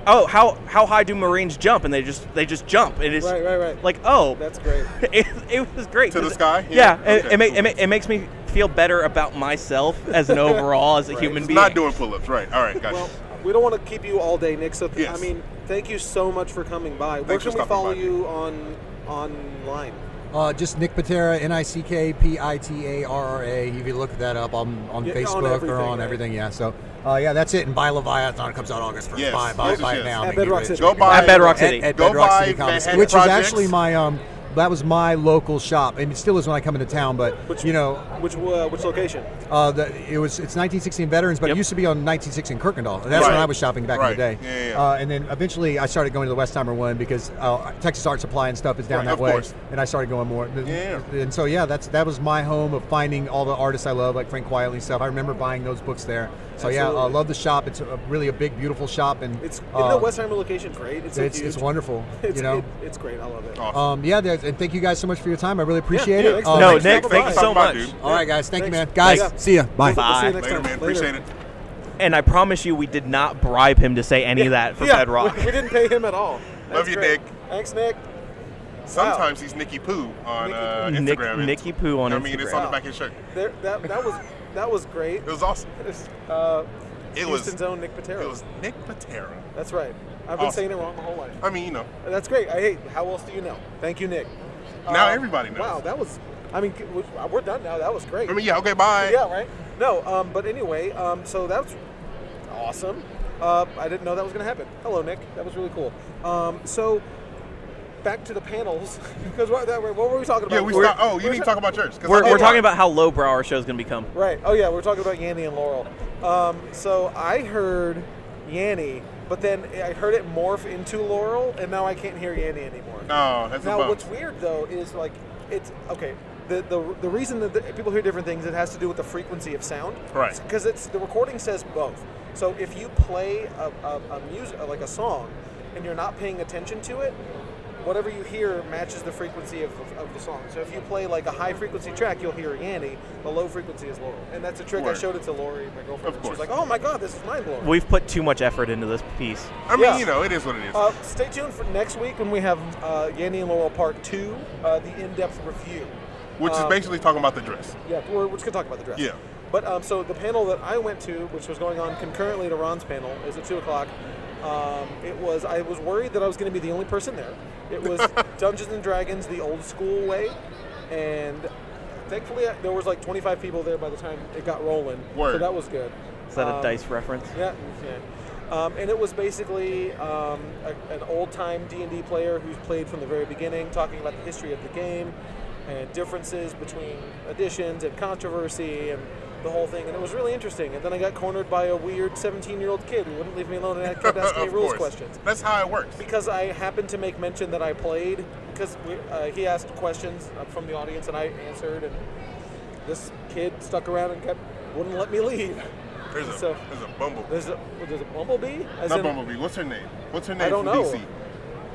Speaker 3: oh, how how high do Marines jump? And they just they just jump. And it's
Speaker 1: Right, right, right.
Speaker 3: like, oh,
Speaker 1: That's great.
Speaker 3: [LAUGHS] it, it was great.
Speaker 2: To the
Speaker 3: 'cause-
Speaker 2: sky?
Speaker 3: Yeah,
Speaker 2: Yeah.
Speaker 3: it,
Speaker 2: Okay,
Speaker 3: it, ma-
Speaker 2: cool.
Speaker 3: it, ma- it makes me feel better about myself as
Speaker 2: [LAUGHS]
Speaker 3: an overall as a human
Speaker 2: It's
Speaker 3: being.
Speaker 2: not doing pull-ups, right? All right, gotcha.
Speaker 1: Well, we don't want to keep you all day, Nick. So th-
Speaker 2: Yes.
Speaker 1: I mean, thank you so much for coming by. Where
Speaker 2: Thanks
Speaker 1: can
Speaker 2: for
Speaker 1: we
Speaker 2: stopping
Speaker 1: follow
Speaker 2: by.
Speaker 1: you on online?
Speaker 4: Uh, just Nick Patera, N I C K P I T A R R A. If you look that up, I'm on
Speaker 1: Yeah, on
Speaker 4: Facebook or
Speaker 1: everything,
Speaker 4: on
Speaker 1: right?
Speaker 4: everything. Yeah. So Uh, yeah, that's it. And buy Leviathan. It comes out August 1st.
Speaker 2: Yes.
Speaker 4: Buy, buy,
Speaker 2: Yes,
Speaker 4: buy
Speaker 2: yes,
Speaker 4: it now.
Speaker 2: yes.
Speaker 4: I
Speaker 1: At
Speaker 4: mean, get
Speaker 1: Bedrock
Speaker 4: rich.
Speaker 1: City.
Speaker 2: Go buy
Speaker 3: At Bedrock City.
Speaker 4: At, at
Speaker 2: Go
Speaker 4: Bedrock
Speaker 2: buy
Speaker 4: City Comics,
Speaker 2: Manhattan
Speaker 4: which
Speaker 2: Projects.
Speaker 4: is actually my um, that was my local shop, and it still is when I come into town. But
Speaker 1: Which
Speaker 4: you know,
Speaker 1: which uh, which location?
Speaker 4: uh, the, it was it's 1916 veterans, but
Speaker 3: Yep.
Speaker 4: it used to be on 1916 Kirkendall. That's
Speaker 2: Right.
Speaker 4: when I was shopping back in the
Speaker 2: Right.
Speaker 4: day.
Speaker 2: Yeah, yeah, yeah.
Speaker 4: Uh, and then eventually I started going to the Westheimer one because uh, Texas Art Supply and stuff is down
Speaker 2: Right,
Speaker 4: that
Speaker 2: of
Speaker 4: way,
Speaker 2: course.
Speaker 4: and I started going more. Th-
Speaker 2: Yeah.
Speaker 4: And so yeah, that's that was my home of finding all the artists I love, like Frank Quietly and stuff. I remember buying those books there. So yeah, I
Speaker 1: Absolutely.
Speaker 4: love the shop. It's a, really a big, beautiful shop, and
Speaker 1: It's isn't
Speaker 4: uh,
Speaker 1: the Westheimer location great? It's, like,
Speaker 4: it's, it's
Speaker 1: huge.
Speaker 4: wonderful.
Speaker 1: [LAUGHS] It's,
Speaker 4: you know.
Speaker 1: it- it's great. I love it.
Speaker 2: Awesome.
Speaker 4: Um, yeah, there's- and thank you guys so much for your time. I really appreciate
Speaker 1: yeah,
Speaker 4: it.
Speaker 1: thanks,
Speaker 4: Um,
Speaker 3: no,
Speaker 2: Thanks,
Speaker 3: Oh, Nick,
Speaker 2: thanks,
Speaker 3: thank you
Speaker 2: thanks,
Speaker 3: so
Speaker 2: bye,
Speaker 3: much.
Speaker 2: dude.
Speaker 4: All right, guys. Thank
Speaker 1: Thanks.
Speaker 4: you, man. Guys,
Speaker 1: Thanks.
Speaker 4: see ya. Bye.
Speaker 1: We'll see
Speaker 3: Bye.
Speaker 1: you next
Speaker 2: Later,
Speaker 1: time.
Speaker 2: man. Appreciate it.
Speaker 3: And I promise you, we did not bribe him to say any of that for
Speaker 1: yeah,
Speaker 3: Bedrock.
Speaker 1: [LAUGHS] We, we didn't pay him at all. That's
Speaker 2: you,
Speaker 1: great.
Speaker 2: Nick.
Speaker 1: Thanks, Nick.
Speaker 2: Sometimes he's Nicky Poo on uh, Instagram.
Speaker 3: Nick,
Speaker 2: It's-
Speaker 3: Nicky Poo on
Speaker 2: I mean, it's on
Speaker 3: Instagram.
Speaker 2: the back of his shirt.
Speaker 1: There, that, that was that was great. [LAUGHS]
Speaker 2: It was awesome.
Speaker 1: Uh,
Speaker 2: It was-
Speaker 1: Houston's own Nick Patera.
Speaker 2: It was Nick Patera.
Speaker 1: That's right. I've been
Speaker 2: Awesome.
Speaker 1: saying it wrong my whole life.
Speaker 2: I mean, you know,
Speaker 1: That's great. I hate. How else do you know? Thank you, Nick. Uh,
Speaker 2: Now everybody knows.
Speaker 1: Wow, that was. I mean, c- we- we're done now. That was great.
Speaker 2: I mean, yeah. Okay, bye.
Speaker 1: yeah, right. No, um, but anyway, um, so that was awesome. Uh, I didn't know that was going to happen. Hello, Nick. That was really cool. Um, so back to the panels [LAUGHS] because what, that, what were we talking about?
Speaker 2: Yeah, we
Speaker 1: We're-
Speaker 2: stop. Oh, you
Speaker 1: we're
Speaker 2: need to
Speaker 1: ta-
Speaker 2: talk about yours. 'cause
Speaker 3: We're,
Speaker 2: I-
Speaker 3: we're talking about how lowbrow our show's going to become.
Speaker 1: Right. Oh yeah, we we're talking about Yanni and Laurel. Um, so I heard Yanni, but then I heard it morph into Laurel, and now I can't hear Yanni anymore.
Speaker 2: Oh, that's
Speaker 1: now
Speaker 2: a bummer.
Speaker 1: what's weird though is like it's okay. The, the, the reason that the, people hear different things it has to do with the frequency of sound.
Speaker 2: Right.
Speaker 1: Because it's the recording says both. So if you play a, a, a music uh, like a song, and you're not paying attention to it, whatever you hear matches the frequency of, of, of the song. So if you play like a high frequency track, you'll hear Yanni. The low frequency is Laurel, and that's a trick
Speaker 2: Word.
Speaker 1: I showed it to Lori, my girlfriend.
Speaker 2: Of
Speaker 1: and she was
Speaker 2: course.
Speaker 1: like, "Oh my God, this is mind blowing."
Speaker 3: We've put too much effort into this piece.
Speaker 2: I mean,
Speaker 1: yeah.
Speaker 2: you know, it is what it is.
Speaker 1: Uh, stay tuned for next week when we have uh, Yanni and Laurel Part Two, uh, the in-depth review.
Speaker 2: which
Speaker 1: uh,
Speaker 2: is basically talking about the dress.
Speaker 1: Yeah, we're, we're just gonna talk about the dress.
Speaker 2: Yeah.
Speaker 1: But um, so the panel that I went to, which was going on concurrently to Ron's panel, is at two o'clock. Um, it was I was worried that I was going to be the only person there. It
Speaker 2: [LAUGHS]
Speaker 1: was Dungeons and Dragons the old school way, and thankfully I, there was like 25 people there by the time it got rolling. So
Speaker 2: Word.
Speaker 1: that was good.
Speaker 3: Is that a
Speaker 1: Um,
Speaker 3: dice reference?
Speaker 1: Yeah, yeah. Um, and it was basically um, a, an old-time D&D player who's played from the very beginning, talking about the history of the game and differences between editions and controversy and the whole thing. And it was really interesting. And then I got cornered by a weird 17-year-old kid who wouldn't leave me alone and
Speaker 2: [LAUGHS]
Speaker 1: kept asking me
Speaker 2: Uh, Of
Speaker 1: rules
Speaker 2: course.
Speaker 1: questions
Speaker 2: That's how
Speaker 1: [LAUGHS]
Speaker 2: it works.
Speaker 1: because I happened to make mention that I played because we, uh, he asked questions uh, from the audience and I answered and this kid stuck around and kept wouldn't let me leave.
Speaker 2: There's a,
Speaker 1: so-
Speaker 2: there's a bumblebee.
Speaker 1: There's a there's a bumblebee. As
Speaker 2: Not
Speaker 1: in-
Speaker 2: bumblebee. What's her name? What's her name
Speaker 1: don't
Speaker 2: from
Speaker 1: know.
Speaker 2: DC?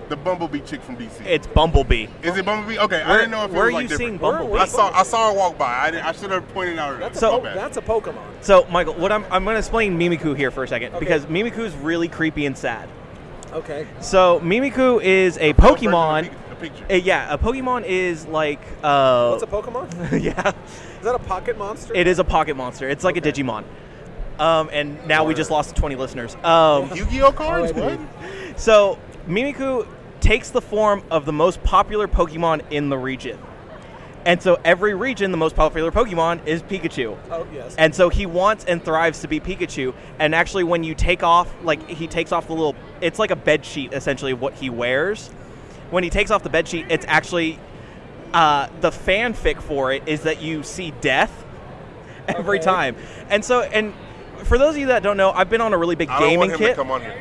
Speaker 2: The bumblebee chick from DC.
Speaker 3: It's Bumblebee.
Speaker 2: is it bumblebee? Okay, I
Speaker 3: Where-
Speaker 2: didn't know if
Speaker 3: where
Speaker 2: it was
Speaker 3: are
Speaker 2: like
Speaker 3: you seeing
Speaker 2: different.
Speaker 3: Bumblebee?
Speaker 1: Where-
Speaker 2: I saw I saw her walk by. I, didn't- I should have pointed out.
Speaker 1: That's,
Speaker 3: So-
Speaker 1: a
Speaker 2: so
Speaker 1: po- that's a Pokemon.
Speaker 3: So, Michael, what I'm, I'm going to explain Mimiku here for a second because Mimiku is really creepy and sad.
Speaker 1: Okay.
Speaker 3: So, Mimiku is a Pokemon.
Speaker 2: A picture.
Speaker 3: Uh, yeah, a Pokemon is like. Uh,
Speaker 1: What's a Pokemon?
Speaker 3: [LAUGHS] yeah,
Speaker 1: Is that a pocket monster?
Speaker 3: it is a pocket monster. It's like a Digimon. Um, and now we just lost 20 listeners.
Speaker 2: [LAUGHS]
Speaker 3: Um,
Speaker 2: Yu-Gi-Oh cards.
Speaker 1: Oh, I
Speaker 2: what?
Speaker 1: did.
Speaker 3: So Mimiku takes the form of the most popular Pokemon in the region. And so every region, the most popular Pokemon is Pikachu.
Speaker 1: Oh yes.
Speaker 3: And so he wants and thrives to be Pikachu. And actually, when you take off, like he takes off the little, it's like a bed sheet essentially of what he wears. When he takes off the bed sheet, it's actually uh, the fanfic for it is that you see death [LAUGHS] every
Speaker 1: Okay.
Speaker 3: time. And so, and for those of you that don't know, I've been on a really big
Speaker 2: I don't
Speaker 3: gaming
Speaker 2: want him
Speaker 3: kit.
Speaker 2: to come on here.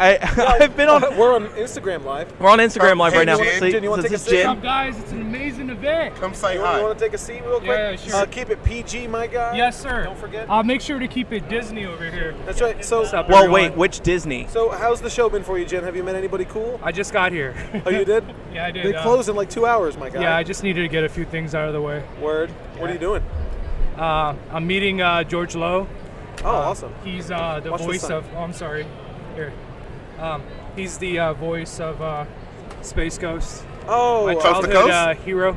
Speaker 3: I, [LAUGHS] I've been on.
Speaker 1: Oh, We're on Instagram live.
Speaker 3: We're on Instagram live
Speaker 2: Hey,
Speaker 3: right now.
Speaker 2: Jen,
Speaker 3: See-
Speaker 1: Jen, you wanna
Speaker 3: this
Speaker 1: take
Speaker 3: is
Speaker 1: a sip?
Speaker 3: Jen.
Speaker 5: up, guys? It's an amazing event.
Speaker 2: Come say
Speaker 1: You,
Speaker 2: hi.
Speaker 1: want to take a seat real quick?
Speaker 5: Yeah, sure.
Speaker 1: Uh, keep it PG, my guy.
Speaker 5: Yes, sir.
Speaker 1: Don't forget.
Speaker 5: I'll make sure to keep it Disney over here.
Speaker 1: That's right. So,
Speaker 5: What's up?
Speaker 3: Well,
Speaker 5: everyone.
Speaker 3: wait, which Disney?
Speaker 1: so how's the show been for you, Jen? Have you met anybody cool?
Speaker 5: I just got
Speaker 1: [LAUGHS]
Speaker 5: here.
Speaker 1: Oh, you did?
Speaker 5: [LAUGHS] Yeah, I did,
Speaker 1: They
Speaker 5: uh,
Speaker 1: close in like two hours, my guy.
Speaker 5: yeah, I just needed to get a few things out of the way.
Speaker 1: Word. What are you doing?
Speaker 5: Uh, I'm meeting uh, George Lowe.
Speaker 1: Oh, awesome.
Speaker 5: He's uh, the
Speaker 1: Watch the
Speaker 5: voice
Speaker 1: sun.
Speaker 5: of. Oh, I'm sorry. Here. Um, he's the uh, voice of uh, Space Ghost.
Speaker 1: Oh,
Speaker 5: My
Speaker 1: uh,
Speaker 2: Coast to
Speaker 5: childhood
Speaker 2: Coast?
Speaker 5: Uh, hero.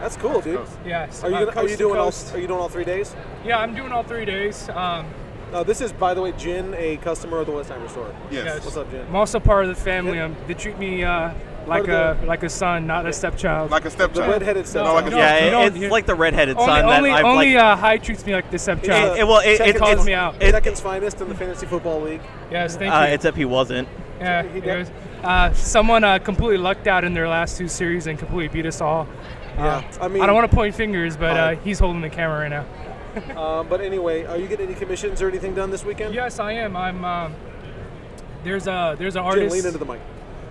Speaker 1: that's cool, dude.
Speaker 5: Yes.
Speaker 1: Are you
Speaker 5: uh,
Speaker 1: gonna, are
Speaker 5: Coast to
Speaker 1: you doing all
Speaker 5: Coast.
Speaker 1: are you doing all three days?
Speaker 5: Yeah, I'm doing all three days. Um,
Speaker 1: Uh, this is, by the way, Jen, a customer of the Westheimer store.
Speaker 2: Yes.
Speaker 5: yes.
Speaker 1: What's up, Jen?
Speaker 5: I'm also part of the family. Um, they treat me uh, like
Speaker 1: But
Speaker 5: a like a son, not a stepchild.
Speaker 2: Like a stepchild.
Speaker 1: redheaded
Speaker 2: No, like a
Speaker 1: stepchild.
Speaker 2: stepchild.
Speaker 5: you
Speaker 3: yeah,
Speaker 5: don't
Speaker 3: it,
Speaker 5: hear-
Speaker 3: it's like the redheaded
Speaker 5: only
Speaker 3: son
Speaker 5: only,
Speaker 3: that I've
Speaker 5: only
Speaker 3: like.
Speaker 5: uh, High treats me like the stepchild.
Speaker 3: it- it- well, it-
Speaker 1: Second
Speaker 3: it-
Speaker 5: calls
Speaker 3: it's-
Speaker 5: me out.
Speaker 3: it-
Speaker 1: Second's finest in the fantasy football league.
Speaker 5: yes, thank
Speaker 3: uh,
Speaker 5: you.
Speaker 3: except he wasn't.
Speaker 5: Yeah,
Speaker 1: He
Speaker 5: it
Speaker 1: did.
Speaker 5: was, uh, someone uh, completely lucked out in their last two series and completely beat us all. Uh,
Speaker 1: Yeah, I mean,
Speaker 5: I don't want to point fingers, but uh,
Speaker 1: Alright.
Speaker 5: he's holding the camera right now.
Speaker 1: Um, but anyway, are you getting any commissions or anything done this weekend?
Speaker 5: Yes, I am. I'm. Um, there's a there's an
Speaker 1: Jim,
Speaker 5: artist.
Speaker 1: lean into the mic.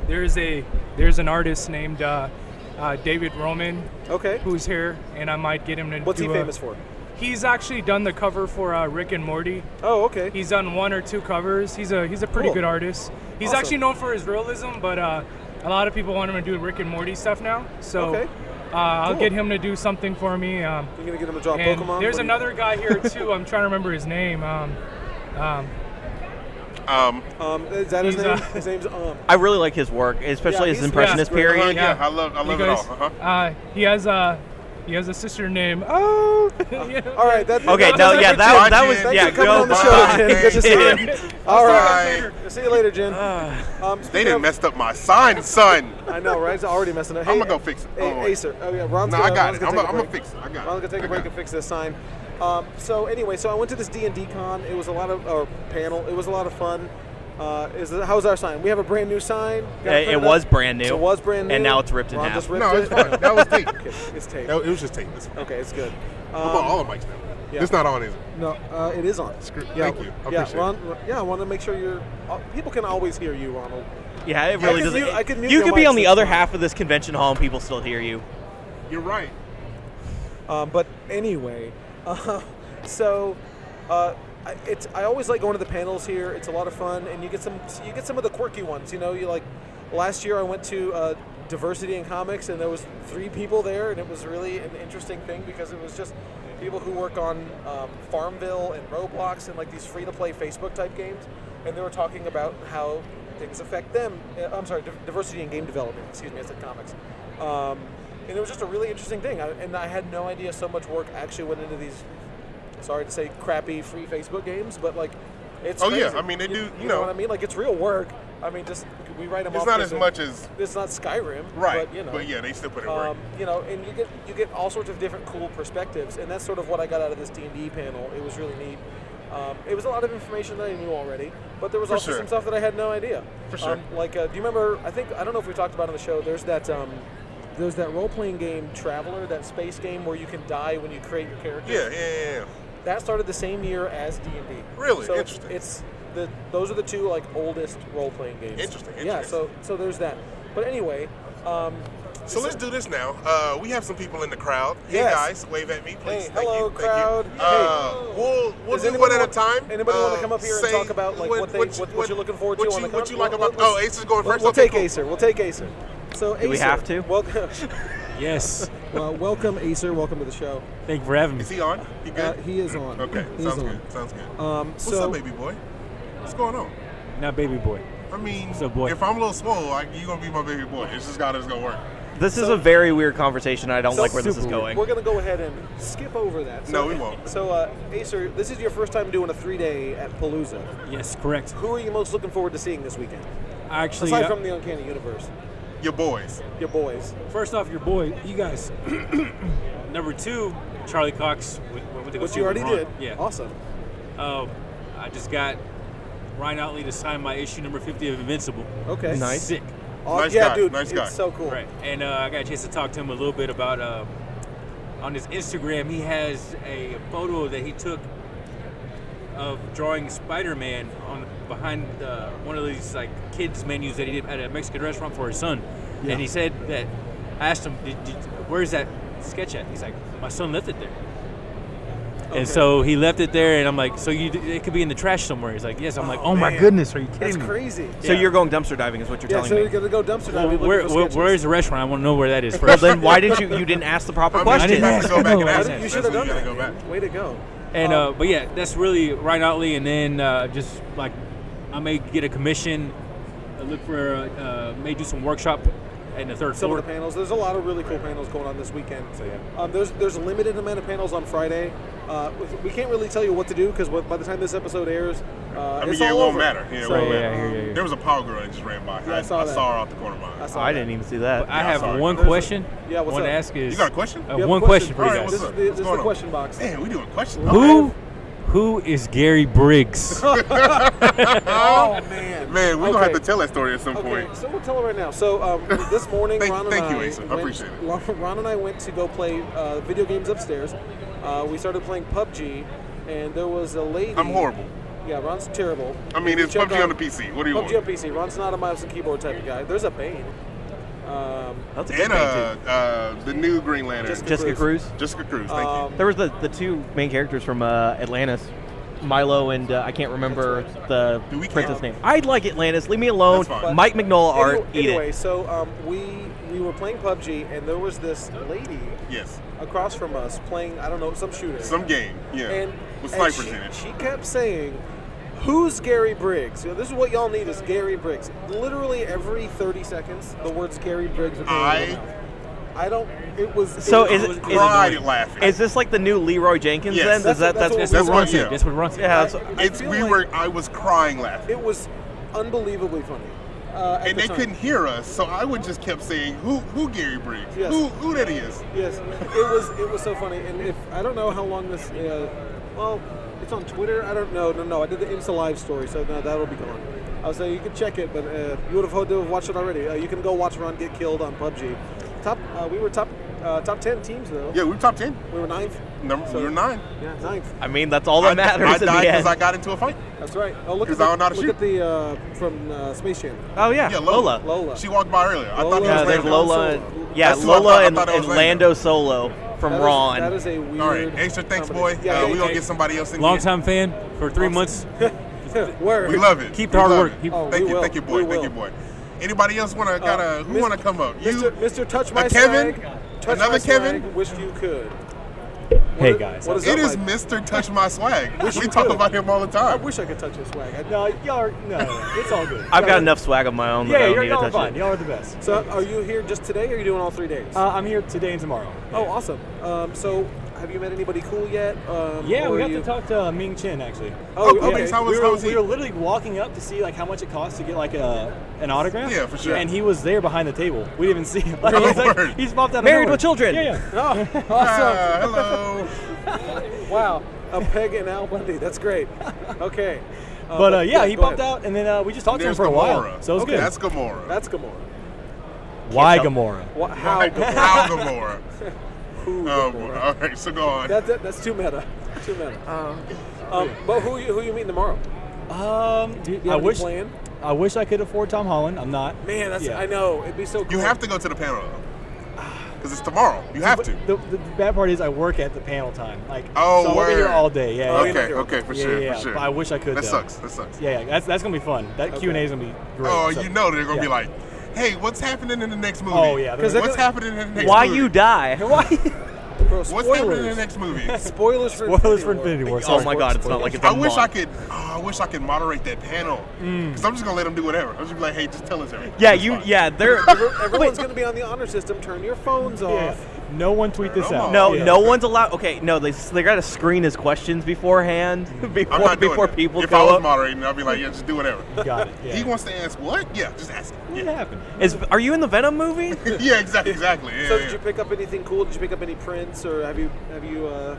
Speaker 5: there's a there's an artist named uh, uh, David Roman
Speaker 1: Okay.
Speaker 5: who's here, and I might get him to.
Speaker 1: What's
Speaker 5: do uh,
Speaker 1: he
Speaker 5: a-
Speaker 1: famous for?
Speaker 5: He's actually done the cover for uh, Rick and Morty.
Speaker 1: Oh, okay.
Speaker 5: He's done one or two covers. He's a he's a pretty
Speaker 1: Cool.
Speaker 5: good artist. He's
Speaker 1: Awesome.
Speaker 5: actually known for his realism, but uh, a lot of people want him to do Rick and Morty stuff now. So
Speaker 1: Okay.
Speaker 5: uh, I'll
Speaker 1: Cool.
Speaker 5: get him to do something for me. Um,
Speaker 1: You're gonna get him to draw
Speaker 5: and
Speaker 1: Pokemon.
Speaker 5: there's
Speaker 1: What do you-
Speaker 5: another guy
Speaker 1: [LAUGHS]
Speaker 5: here too. I'm trying to remember his name. Um, um,
Speaker 2: Um,
Speaker 1: Um, is that his
Speaker 5: He's,
Speaker 1: name?
Speaker 5: uh,
Speaker 1: his name's um.
Speaker 3: I really like his work, especially
Speaker 1: Yeah,
Speaker 3: his
Speaker 1: he's-
Speaker 3: impressionist
Speaker 1: yeah.
Speaker 2: uh,
Speaker 3: period.
Speaker 2: yeah,
Speaker 5: Yeah.
Speaker 2: I love, I
Speaker 5: you
Speaker 2: love it
Speaker 5: guys,
Speaker 2: all. Uh-huh.
Speaker 5: uh, he has a he has a sister named. Oh, [LAUGHS]
Speaker 1: [LAUGHS] All right. That,
Speaker 3: Okay,
Speaker 1: that-
Speaker 3: no,
Speaker 1: that's it
Speaker 3: yeah, that,
Speaker 1: for Jim.
Speaker 3: that
Speaker 2: Jim.
Speaker 3: was
Speaker 1: Thanks
Speaker 3: yeah.
Speaker 1: for coming
Speaker 3: go
Speaker 1: on the
Speaker 3: [LAUGHS]
Speaker 1: show,
Speaker 3: bye.
Speaker 1: Jen. Good to see
Speaker 3: Jim.
Speaker 1: you. All
Speaker 2: Bye.
Speaker 1: right. See you later, Jen.
Speaker 5: Uh,
Speaker 1: Um,
Speaker 2: They
Speaker 1: speaking
Speaker 2: didn't
Speaker 1: of-
Speaker 2: mess up my sign, son.
Speaker 1: I know, right? It's already messing up.
Speaker 2: I'ma
Speaker 1: Hey,
Speaker 2: go fix it.
Speaker 1: Hey,
Speaker 2: Don't worry.
Speaker 1: Acer. Oh yeah, Ron's
Speaker 2: No,
Speaker 1: gonna,
Speaker 2: I
Speaker 1: Ron's
Speaker 2: got it.
Speaker 1: gonna
Speaker 2: I'm
Speaker 1: take
Speaker 2: a-
Speaker 1: a
Speaker 2: I'ma
Speaker 1: break.
Speaker 2: fix it. I got it.
Speaker 1: Ron's gonna take
Speaker 2: I
Speaker 1: a break
Speaker 2: got
Speaker 1: and fix this sign. Um, so anyway, so I went to this D and D con. It was a lot of or panel. It was a lot of fun. Uh, is how's our sign? We have a brand new sign. Got
Speaker 3: Uh, it
Speaker 1: printed
Speaker 3: was
Speaker 1: up.
Speaker 3: brand new.
Speaker 1: It was brand new,
Speaker 3: And now it's ripped in
Speaker 1: Ron
Speaker 3: half.
Speaker 1: Just ripped
Speaker 2: No,
Speaker 1: it.
Speaker 2: it's fine. That was deep.
Speaker 1: [LAUGHS] Okay, it's tape.
Speaker 2: That- It was just tape. It's fine.
Speaker 1: Okay, it's good.
Speaker 2: I'm on
Speaker 1: Um,
Speaker 2: all the mics now.
Speaker 1: yeah.
Speaker 2: It's not on, is it?
Speaker 1: no, uh, it is on.
Speaker 2: Screw-
Speaker 1: Yeah,
Speaker 2: thank you. I
Speaker 1: yeah,
Speaker 2: appreciate
Speaker 1: Ron, yeah, I want to make sure you're. Uh, people can always hear you, Ronald.
Speaker 3: Yeah, it really
Speaker 1: could
Speaker 3: doesn't.
Speaker 1: mute- I could mute
Speaker 3: you
Speaker 1: your
Speaker 3: could be
Speaker 1: mics,
Speaker 3: on the
Speaker 1: that's
Speaker 3: other
Speaker 1: fine.
Speaker 3: half of this convention hall and people still hear you.
Speaker 2: You're right.
Speaker 1: Um, but anyway, [LAUGHS] uh, so uh, I- it's I always like going to the panels here. It's a lot of fun, and you get some you get some of the quirky ones. You know, you like last year I went to uh, diversity in comics, and there was three people there, and it was really an interesting thing because it was just people who work on um, Farmville and Roblox and like these free to play Facebook type games, and they were talking about how things affect them. uh, I'm sorry, di- diversity in game development. Excuse me, I said comics. Um, and it was just a really interesting thing. I, and I had no idea so much work actually went into these. Sorry to say, crappy free Facebook games, but like, it's.
Speaker 2: Oh, yeah,
Speaker 1: crazy.
Speaker 2: I mean, they do-
Speaker 1: You,
Speaker 2: you
Speaker 1: know,
Speaker 2: know.
Speaker 1: what I mean? Like, it's real work. I mean, just we write them
Speaker 2: It's
Speaker 1: off.
Speaker 2: not
Speaker 1: 'cause
Speaker 2: as
Speaker 1: it-
Speaker 2: much as
Speaker 1: It's not Skyrim,
Speaker 2: right,
Speaker 1: But you know,
Speaker 2: yeah, they still put it right.
Speaker 1: um, you know, and you get you get all sorts of different cool perspectives, and that's sort of what I got out of this D and D panel. It was really neat. Um, it was a lot of information that I knew already, but there was
Speaker 2: For
Speaker 1: also
Speaker 2: sure.
Speaker 1: some stuff that I had no idea.
Speaker 2: For sure.
Speaker 1: Um, like, uh, do you remember? I think I don't know if we talked about it on the show. There's that um, there's that role playing game Traveler, that space game where you can die when you create your character.
Speaker 2: Yeah, yeah, yeah, yeah.
Speaker 1: That started the same year as D and D.
Speaker 2: Really?
Speaker 1: so
Speaker 2: Interesting.
Speaker 1: It's, it's the those are the two like oldest role playing games.
Speaker 2: Interesting,
Speaker 1: Yeah.
Speaker 2: interesting.
Speaker 1: So so there's that. But anyway, um,
Speaker 2: So let's do this now. Uh, we have some people in the crowd. Hey
Speaker 1: Yes.
Speaker 2: guys, wave at me, please.
Speaker 1: Hey,
Speaker 2: Thank
Speaker 1: hello,
Speaker 2: you. Thank
Speaker 1: crowd.
Speaker 2: You.
Speaker 1: Hey.
Speaker 2: Uh, we'll we'll
Speaker 1: Does
Speaker 2: do
Speaker 1: anyone
Speaker 2: one at a
Speaker 1: want-
Speaker 2: time.
Speaker 1: anybody wanna
Speaker 2: Uh,
Speaker 1: come up here and
Speaker 2: say
Speaker 1: talk about, like, what they- what- what you're looking forward
Speaker 2: what
Speaker 1: to on
Speaker 2: you,
Speaker 1: the
Speaker 2: What
Speaker 1: con-
Speaker 2: you like
Speaker 1: well,
Speaker 2: about?
Speaker 1: let's-
Speaker 2: Oh, Ace is going
Speaker 1: We'll,
Speaker 2: 1st
Speaker 1: we'll
Speaker 2: okay,
Speaker 1: take
Speaker 2: cool.
Speaker 1: Acer. We'll take Acer. So Acer,
Speaker 3: we have to?
Speaker 1: Welcome,
Speaker 6: Yes.
Speaker 1: [LAUGHS] well, welcome Acer. Welcome to the show.
Speaker 6: Thank you for having me.
Speaker 2: Is he on? He good?
Speaker 1: Uh, he is on.
Speaker 2: Okay,
Speaker 1: He's
Speaker 2: sounds
Speaker 1: on.
Speaker 2: good. Sounds good.
Speaker 1: Um,
Speaker 2: What's
Speaker 1: so
Speaker 2: up, baby boy? What's going on?
Speaker 6: Not baby boy.
Speaker 2: I mean,
Speaker 6: up, boy?
Speaker 2: if I'm a little swole, like, you gonna be my baby boy. It's just gotta, it's gonna work.
Speaker 3: This is a very weird conversation. I don't
Speaker 1: So-
Speaker 3: like where this is
Speaker 1: Super
Speaker 3: going.
Speaker 1: we're gonna go ahead and skip over that.
Speaker 2: No, we won't.
Speaker 1: So uh, Acer, this is your first time doing a three-day at Palooza.
Speaker 6: Yes, correct.
Speaker 1: Who are you most looking forward to seeing this weekend?
Speaker 6: I
Speaker 3: Oh,
Speaker 6: actually,
Speaker 1: Aside
Speaker 6: uh,
Speaker 1: from the Uncanny Universe,
Speaker 2: Your boys.
Speaker 1: your boys.
Speaker 6: first off, your boy, you guys. [CLEARS THROAT] Number two, Charlie Cox. Went, went to go
Speaker 1: Which
Speaker 6: see
Speaker 1: you already
Speaker 6: LeBron.
Speaker 1: did.
Speaker 6: Yeah.
Speaker 1: Awesome.
Speaker 6: Um, I just got Ryan Outley to sign my issue number 50 of Invincible.
Speaker 1: Okay.
Speaker 3: Nice.
Speaker 6: Sick.
Speaker 1: Aw-
Speaker 2: Nice
Speaker 1: yeah,
Speaker 2: guy,
Speaker 1: dude.
Speaker 2: nice
Speaker 1: it's
Speaker 2: guy.
Speaker 1: so cool.
Speaker 6: Right. And uh, I got a chance to talk to him a little bit about uh, on his Instagram. He has a photo that he took of drawing Spider-Man on behind uh, one of these like kids menus that he did at a Mexican restaurant for his son. And he said that I asked him, did, did, "Where's that sketch at?" He's like, "My son left it there."
Speaker 1: Okay.
Speaker 6: And so he left it there, and I'm like, "So you, it could be in the trash somewhere." He's like, "Yes." I'm like, "Oh my
Speaker 1: man.
Speaker 6: goodness, are you kidding
Speaker 1: That's
Speaker 6: me?"
Speaker 1: crazy.
Speaker 3: So
Speaker 6: Yeah.
Speaker 3: you're going dumpster diving, is what you're
Speaker 1: Yeah,
Speaker 3: telling
Speaker 1: so
Speaker 3: me.
Speaker 1: you're gonna go dumpster
Speaker 6: Well,
Speaker 1: diving. looking
Speaker 6: where,
Speaker 1: for
Speaker 6: where,
Speaker 1: sketches.
Speaker 6: where is the restaurant? I want to know where [LAUGHS] that is
Speaker 3: Well,
Speaker 6: first.
Speaker 3: then why did you you didn't ask the
Speaker 1: [LAUGHS]
Speaker 3: proper
Speaker 2: I mean,
Speaker 3: question?
Speaker 2: you have to
Speaker 6: [LAUGHS]
Speaker 2: go back and
Speaker 6: I
Speaker 2: ask
Speaker 6: didn't-
Speaker 2: him.
Speaker 1: You
Speaker 6: That's
Speaker 1: should have
Speaker 2: That's
Speaker 1: done
Speaker 2: when you
Speaker 1: that.
Speaker 2: gotta go back.
Speaker 1: man. Way to go.
Speaker 6: And uh,
Speaker 1: Um,
Speaker 6: but yeah, that's really Ryan Outley, and then uh, just like I may get a commission, uh, look for, uh, uh, may do some workshop and the third
Speaker 1: some
Speaker 6: floor.
Speaker 1: of the panels. There's a lot of really cool panels going on this weekend.
Speaker 6: So, yeah.
Speaker 1: Um, there's there's a limited amount of panels on Friday. Uh, we can't really tell you what to do because by the time this episode airs, uh,
Speaker 2: I mean,
Speaker 1: it's
Speaker 2: yeah, it
Speaker 1: all
Speaker 2: won't
Speaker 1: over.
Speaker 2: matter. Yeah, it
Speaker 1: So,
Speaker 2: won't
Speaker 3: yeah,
Speaker 2: matter.
Speaker 3: I hear you.
Speaker 2: There was a power girl that just ran by.
Speaker 1: Yeah, I saw that.
Speaker 2: saw her off the corner of my eye.
Speaker 1: saw
Speaker 3: Oh, I didn't even see that.
Speaker 6: I have
Speaker 2: sorry.
Speaker 6: one
Speaker 1: There's a-
Speaker 6: question.
Speaker 1: Yeah, what's
Speaker 6: one
Speaker 1: up?
Speaker 6: to ask is
Speaker 2: You got a question?
Speaker 6: uh,
Speaker 1: You have a
Speaker 6: one question, for you
Speaker 1: All
Speaker 2: Alright,
Speaker 6: guys.
Speaker 1: This is
Speaker 2: what's up?
Speaker 1: the,
Speaker 2: What's
Speaker 1: this is
Speaker 2: going
Speaker 1: the
Speaker 2: on?
Speaker 1: question box.
Speaker 2: Damn, we doing questions.
Speaker 6: Who who is Gary Briggs?
Speaker 1: Oh man.
Speaker 2: Man, we're gonna have
Speaker 1: Okay.
Speaker 2: to tell that story at some
Speaker 1: Okay,
Speaker 2: point.
Speaker 1: so we'll tell it right now. So um, this morning,
Speaker 2: Thank-
Speaker 1: Ron and
Speaker 2: thank
Speaker 1: I
Speaker 2: you, Asa. I
Speaker 1: went-
Speaker 2: appreciate it.
Speaker 1: Ron- Ron and I went to go play uh, video games upstairs. Uh, we started playing PUBG, and there was a lady.
Speaker 2: I'm horrible.
Speaker 1: Yeah, Ron's terrible.
Speaker 2: I mean, it's
Speaker 1: Check
Speaker 2: PUBG on
Speaker 1: out-
Speaker 2: the PC. What do you
Speaker 1: PUBG on
Speaker 2: want?
Speaker 1: PC. Ron's not a mouse and keyboard type of guy. There's a Bane. Um,
Speaker 3: That's a good
Speaker 2: And uh,
Speaker 3: thing,
Speaker 2: uh, the new Green Lantern,
Speaker 3: too.
Speaker 1: Jessica
Speaker 3: Jessica
Speaker 1: Cruz.
Speaker 3: Cruz.
Speaker 2: Jessica Cruz. Thank you.
Speaker 1: um,
Speaker 3: There was the, the two main characters from uh, Atlantis, Milo and uh, I can't remember the
Speaker 2: Dude, we can't-
Speaker 3: princess name. I like Atlantis. Leave me alone.
Speaker 2: That's fine.
Speaker 3: Mike McNola art.
Speaker 1: anyway,
Speaker 3: eat
Speaker 1: anyway,
Speaker 3: it.
Speaker 1: so um, we we were playing PUBG, and there was this lady
Speaker 2: yes.
Speaker 1: across from us playing. I don't know some shooter.
Speaker 2: Some game. Yeah.
Speaker 1: and
Speaker 2: With
Speaker 1: and
Speaker 2: snipers
Speaker 1: she,
Speaker 2: in it.
Speaker 1: She kept saying, "Who's Gary Briggs?" You know, this is what y'all need is Gary Briggs. Literally every 30 seconds, the words Gary Briggs. Are coming out of
Speaker 2: I-
Speaker 1: her mouth. I don't. It was.
Speaker 3: So
Speaker 1: it
Speaker 3: is
Speaker 1: was,
Speaker 3: it- is
Speaker 2: Cried laughing.
Speaker 3: Is this like the new Leroy Jenkins?
Speaker 2: Yes.
Speaker 3: Then
Speaker 2: That's
Speaker 3: is that
Speaker 1: what-
Speaker 3: that's,
Speaker 1: that's
Speaker 2: That's
Speaker 6: what runs
Speaker 2: what- yeah.
Speaker 6: it. That's what runs it.
Speaker 3: yeah. That's,
Speaker 1: I
Speaker 2: it's
Speaker 1: feel
Speaker 2: we
Speaker 1: like
Speaker 2: were. I was crying laughing,
Speaker 1: It was unbelievably funny. Uh, at
Speaker 2: and
Speaker 1: the
Speaker 2: they
Speaker 1: time.
Speaker 2: couldn't hear us, so I would just kept saying, "Who, who Gary Briggs?
Speaker 1: Yes.
Speaker 2: Who, who that is?"
Speaker 1: Yes, it was. It was so funny. And if I don't know how long this. Uh, well, it's on Twitter. I don't know. No, no. I did the Insta Live story, so no, that'll be gone. I was saying you could check it, but uh, you would have had to have watched it already. Uh, you can go watch Ron get killed on PUBG. Top. Uh, we were top. Uh, top ten teams though.
Speaker 2: Yeah, we were top ten.
Speaker 1: We were ninth.
Speaker 2: Number,
Speaker 1: So-
Speaker 2: we were nine.
Speaker 1: Yeah, ninth.
Speaker 3: I mean, that's all that
Speaker 2: I,
Speaker 3: matters
Speaker 2: I
Speaker 3: in
Speaker 2: died
Speaker 3: the end.
Speaker 2: I got into a fight.
Speaker 1: That's right. Oh, look at
Speaker 2: 'Cause
Speaker 1: the,
Speaker 2: I don't know how to
Speaker 1: look
Speaker 2: shoot.
Speaker 1: at the uh, from uh, Space Jam.
Speaker 3: oh yeah,
Speaker 2: Yeah,
Speaker 3: Lola.
Speaker 2: Lola.
Speaker 1: Lola.
Speaker 2: She walked by earlier. I
Speaker 1: Lola.
Speaker 2: thought
Speaker 1: Yeah,
Speaker 3: Yeah,
Speaker 2: that was
Speaker 3: there's
Speaker 1: Lando.
Speaker 2: Lando.
Speaker 3: Lola.
Speaker 1: Solo.
Speaker 3: And, yeah,
Speaker 2: That's who I
Speaker 3: Lola
Speaker 2: thought- I
Speaker 3: and,
Speaker 2: thought it
Speaker 3: and
Speaker 2: was Lando.
Speaker 3: Lando Solo from
Speaker 1: That is-
Speaker 3: Ron.
Speaker 1: that is a weird.
Speaker 2: All right, extra thanks, boy.
Speaker 1: combination.
Speaker 2: uh, we
Speaker 1: Yeah,
Speaker 2: gonna get somebody else in
Speaker 6: Long
Speaker 2: here.
Speaker 6: time fan for three months.
Speaker 1: yeah. [LAUGHS] Word.
Speaker 2: We love it.
Speaker 6: Keep
Speaker 2: We
Speaker 6: the hard
Speaker 2: love
Speaker 6: work.
Speaker 2: it.
Speaker 6: Keep-
Speaker 1: Oh,
Speaker 2: thank
Speaker 1: we
Speaker 2: you,
Speaker 1: will.
Speaker 2: thank you, boy.
Speaker 1: We
Speaker 2: Thank
Speaker 1: will.
Speaker 2: you, boy. Anybody else wanna gotta who
Speaker 1: Mr.
Speaker 2: wanna come up? You,
Speaker 1: Mr. Mr. Touch
Speaker 2: a
Speaker 1: My
Speaker 2: Kevin?
Speaker 1: Swag. Touch
Speaker 2: Another
Speaker 1: my
Speaker 2: Kevin?
Speaker 1: Swag, wished you could.
Speaker 3: Hey
Speaker 1: What-
Speaker 3: guys,
Speaker 1: what is
Speaker 2: It
Speaker 1: up,
Speaker 2: is
Speaker 1: Mike?
Speaker 2: Mr. Touch My Swag.
Speaker 1: Wish
Speaker 2: we
Speaker 1: you
Speaker 2: talk
Speaker 1: could.
Speaker 2: about him all the
Speaker 1: I
Speaker 2: time.
Speaker 1: wish I could touch his swag. I-
Speaker 7: No, y'all are, no, it's all good. Y'all
Speaker 3: I've got
Speaker 7: are-
Speaker 3: enough swag of my own that
Speaker 7: Yeah,
Speaker 3: I don't
Speaker 7: you're,
Speaker 3: need to
Speaker 7: y'all are
Speaker 3: touch
Speaker 7: fine.
Speaker 3: it.
Speaker 7: Y'all are the best.
Speaker 1: So, are you here just today, or are you doing all three days?
Speaker 7: Uh, I'm here today and tomorrow.
Speaker 1: oh, awesome. Um, so, have you met anybody cool yet? Um,
Speaker 7: Yeah,
Speaker 1: or
Speaker 7: we got
Speaker 1: you-
Speaker 7: to talk to uh, Ming Chen actually.
Speaker 1: Oh,
Speaker 2: Oh,
Speaker 1: okay.
Speaker 2: Ming's how-
Speaker 7: we,
Speaker 2: was-
Speaker 7: were,
Speaker 2: was he?
Speaker 7: we were literally walking up to see like how much it costs to get like a an autograph.
Speaker 2: Yeah, for sure.
Speaker 7: And he was there behind the table. We didn't even see him. [LAUGHS] Like,
Speaker 2: Oh,
Speaker 7: he's, like-
Speaker 2: word.
Speaker 7: he's popped out. of
Speaker 3: Married with
Speaker 7: nowhere.
Speaker 3: children.
Speaker 7: Yeah, yeah.
Speaker 1: [LAUGHS] Oh,
Speaker 7: [LAUGHS]
Speaker 2: Ah,
Speaker 1: awesome.
Speaker 2: hello.
Speaker 1: wow. [LAUGHS] A peg and Al Bundy. That's
Speaker 7: [LAUGHS]
Speaker 1: great. Okay. Uh,
Speaker 7: But uh, yeah, he
Speaker 1: go ahead.
Speaker 7: popped out, and then uh, we just talked to him
Speaker 2: There's
Speaker 7: for a while.
Speaker 2: Gamora.
Speaker 7: So it was
Speaker 1: Okay.
Speaker 7: good.
Speaker 2: That's Gamora.
Speaker 1: That's Gamora.
Speaker 7: Why Gamora?
Speaker 1: What, how?
Speaker 2: Like,
Speaker 1: Gamora?
Speaker 2: wow, Gamora.
Speaker 1: Who?
Speaker 2: Oh, boy.
Speaker 1: Gamora?
Speaker 2: All right, so go on.
Speaker 1: That, that, that's too meta. Too meta. Um, but who you who you meeting tomorrow?
Speaker 7: Um,
Speaker 1: you
Speaker 7: I
Speaker 1: have any
Speaker 7: wish.
Speaker 1: plan?
Speaker 7: I wish I could afford Tom Holland. I'm not.
Speaker 1: Man, that's
Speaker 7: Yeah.
Speaker 1: I know it'd be so. Cool.
Speaker 2: You have to go to the panel though, because it's tomorrow. You have to.
Speaker 7: The, the bad part is I work at the panel time. Like,
Speaker 2: Oh,
Speaker 7: so I'm over here
Speaker 2: word.
Speaker 7: all day. Yeah. yeah.
Speaker 2: Okay, okay, for
Speaker 7: Yeah,
Speaker 2: sure,
Speaker 7: yeah,
Speaker 2: for sure.
Speaker 7: but I wish I could,
Speaker 2: That
Speaker 7: though.
Speaker 2: sucks. That sucks.
Speaker 7: Yeah, yeah, that's, that's gonna be fun. That Q and A is gonna be great.
Speaker 2: Oh,
Speaker 7: so- [LAUGHS]
Speaker 2: you know they're gonna be
Speaker 7: yeah.
Speaker 2: like, "Hey, what's happening in the next movie?
Speaker 7: Oh, yeah, they're
Speaker 2: what's
Speaker 1: gonna-
Speaker 2: happening in the next
Speaker 3: Why
Speaker 2: movie?
Speaker 3: you die?
Speaker 1: Bro,
Speaker 2: What's happening in the
Speaker 1: spoilers.
Speaker 7: [LAUGHS]
Speaker 2: next movie?
Speaker 1: Spoilers for
Speaker 7: Spoilers for
Speaker 1: War.
Speaker 7: Infinity War.
Speaker 3: Oh
Speaker 7: Sorry.
Speaker 3: my god, it's not like it's
Speaker 2: I
Speaker 3: a
Speaker 2: wish I
Speaker 3: month.
Speaker 2: could. Oh, I wish I could moderate that panel.
Speaker 7: Mm.
Speaker 2: Cause I'm just gonna let them do whatever. I'm just be like, "Hey, just tell us everything."
Speaker 3: Yeah,
Speaker 2: It's
Speaker 3: you.
Speaker 2: fine.
Speaker 3: Yeah, they're.
Speaker 1: Everyone's going to be on the honor system. Turn your phones
Speaker 7: Yeah.
Speaker 1: off.
Speaker 7: No one tweet this
Speaker 2: Come
Speaker 7: out.
Speaker 2: on.
Speaker 3: No,
Speaker 7: Yeah.
Speaker 3: no one's allowed. Okay, no, they they gotta screen his questions beforehand [LAUGHS]
Speaker 2: Hmm. I'm
Speaker 3: before
Speaker 2: not doing
Speaker 3: before
Speaker 2: that.
Speaker 3: people
Speaker 2: If I
Speaker 3: go
Speaker 2: was
Speaker 3: up.
Speaker 2: moderating, I'd be like, "Yeah, just do whatever."
Speaker 7: [LAUGHS] Got it. [LAUGHS] Yeah.
Speaker 2: He wants to ask what? Yeah, just ask. it.
Speaker 7: What
Speaker 2: Yeah,
Speaker 7: happened?
Speaker 3: Is are you in the Venom movie?
Speaker 2: [LAUGHS] yeah, exactly, exactly. Yeah,
Speaker 1: So
Speaker 2: yeah.
Speaker 1: did you pick up anything cool? Did you pick up any prints, or have you have you uh,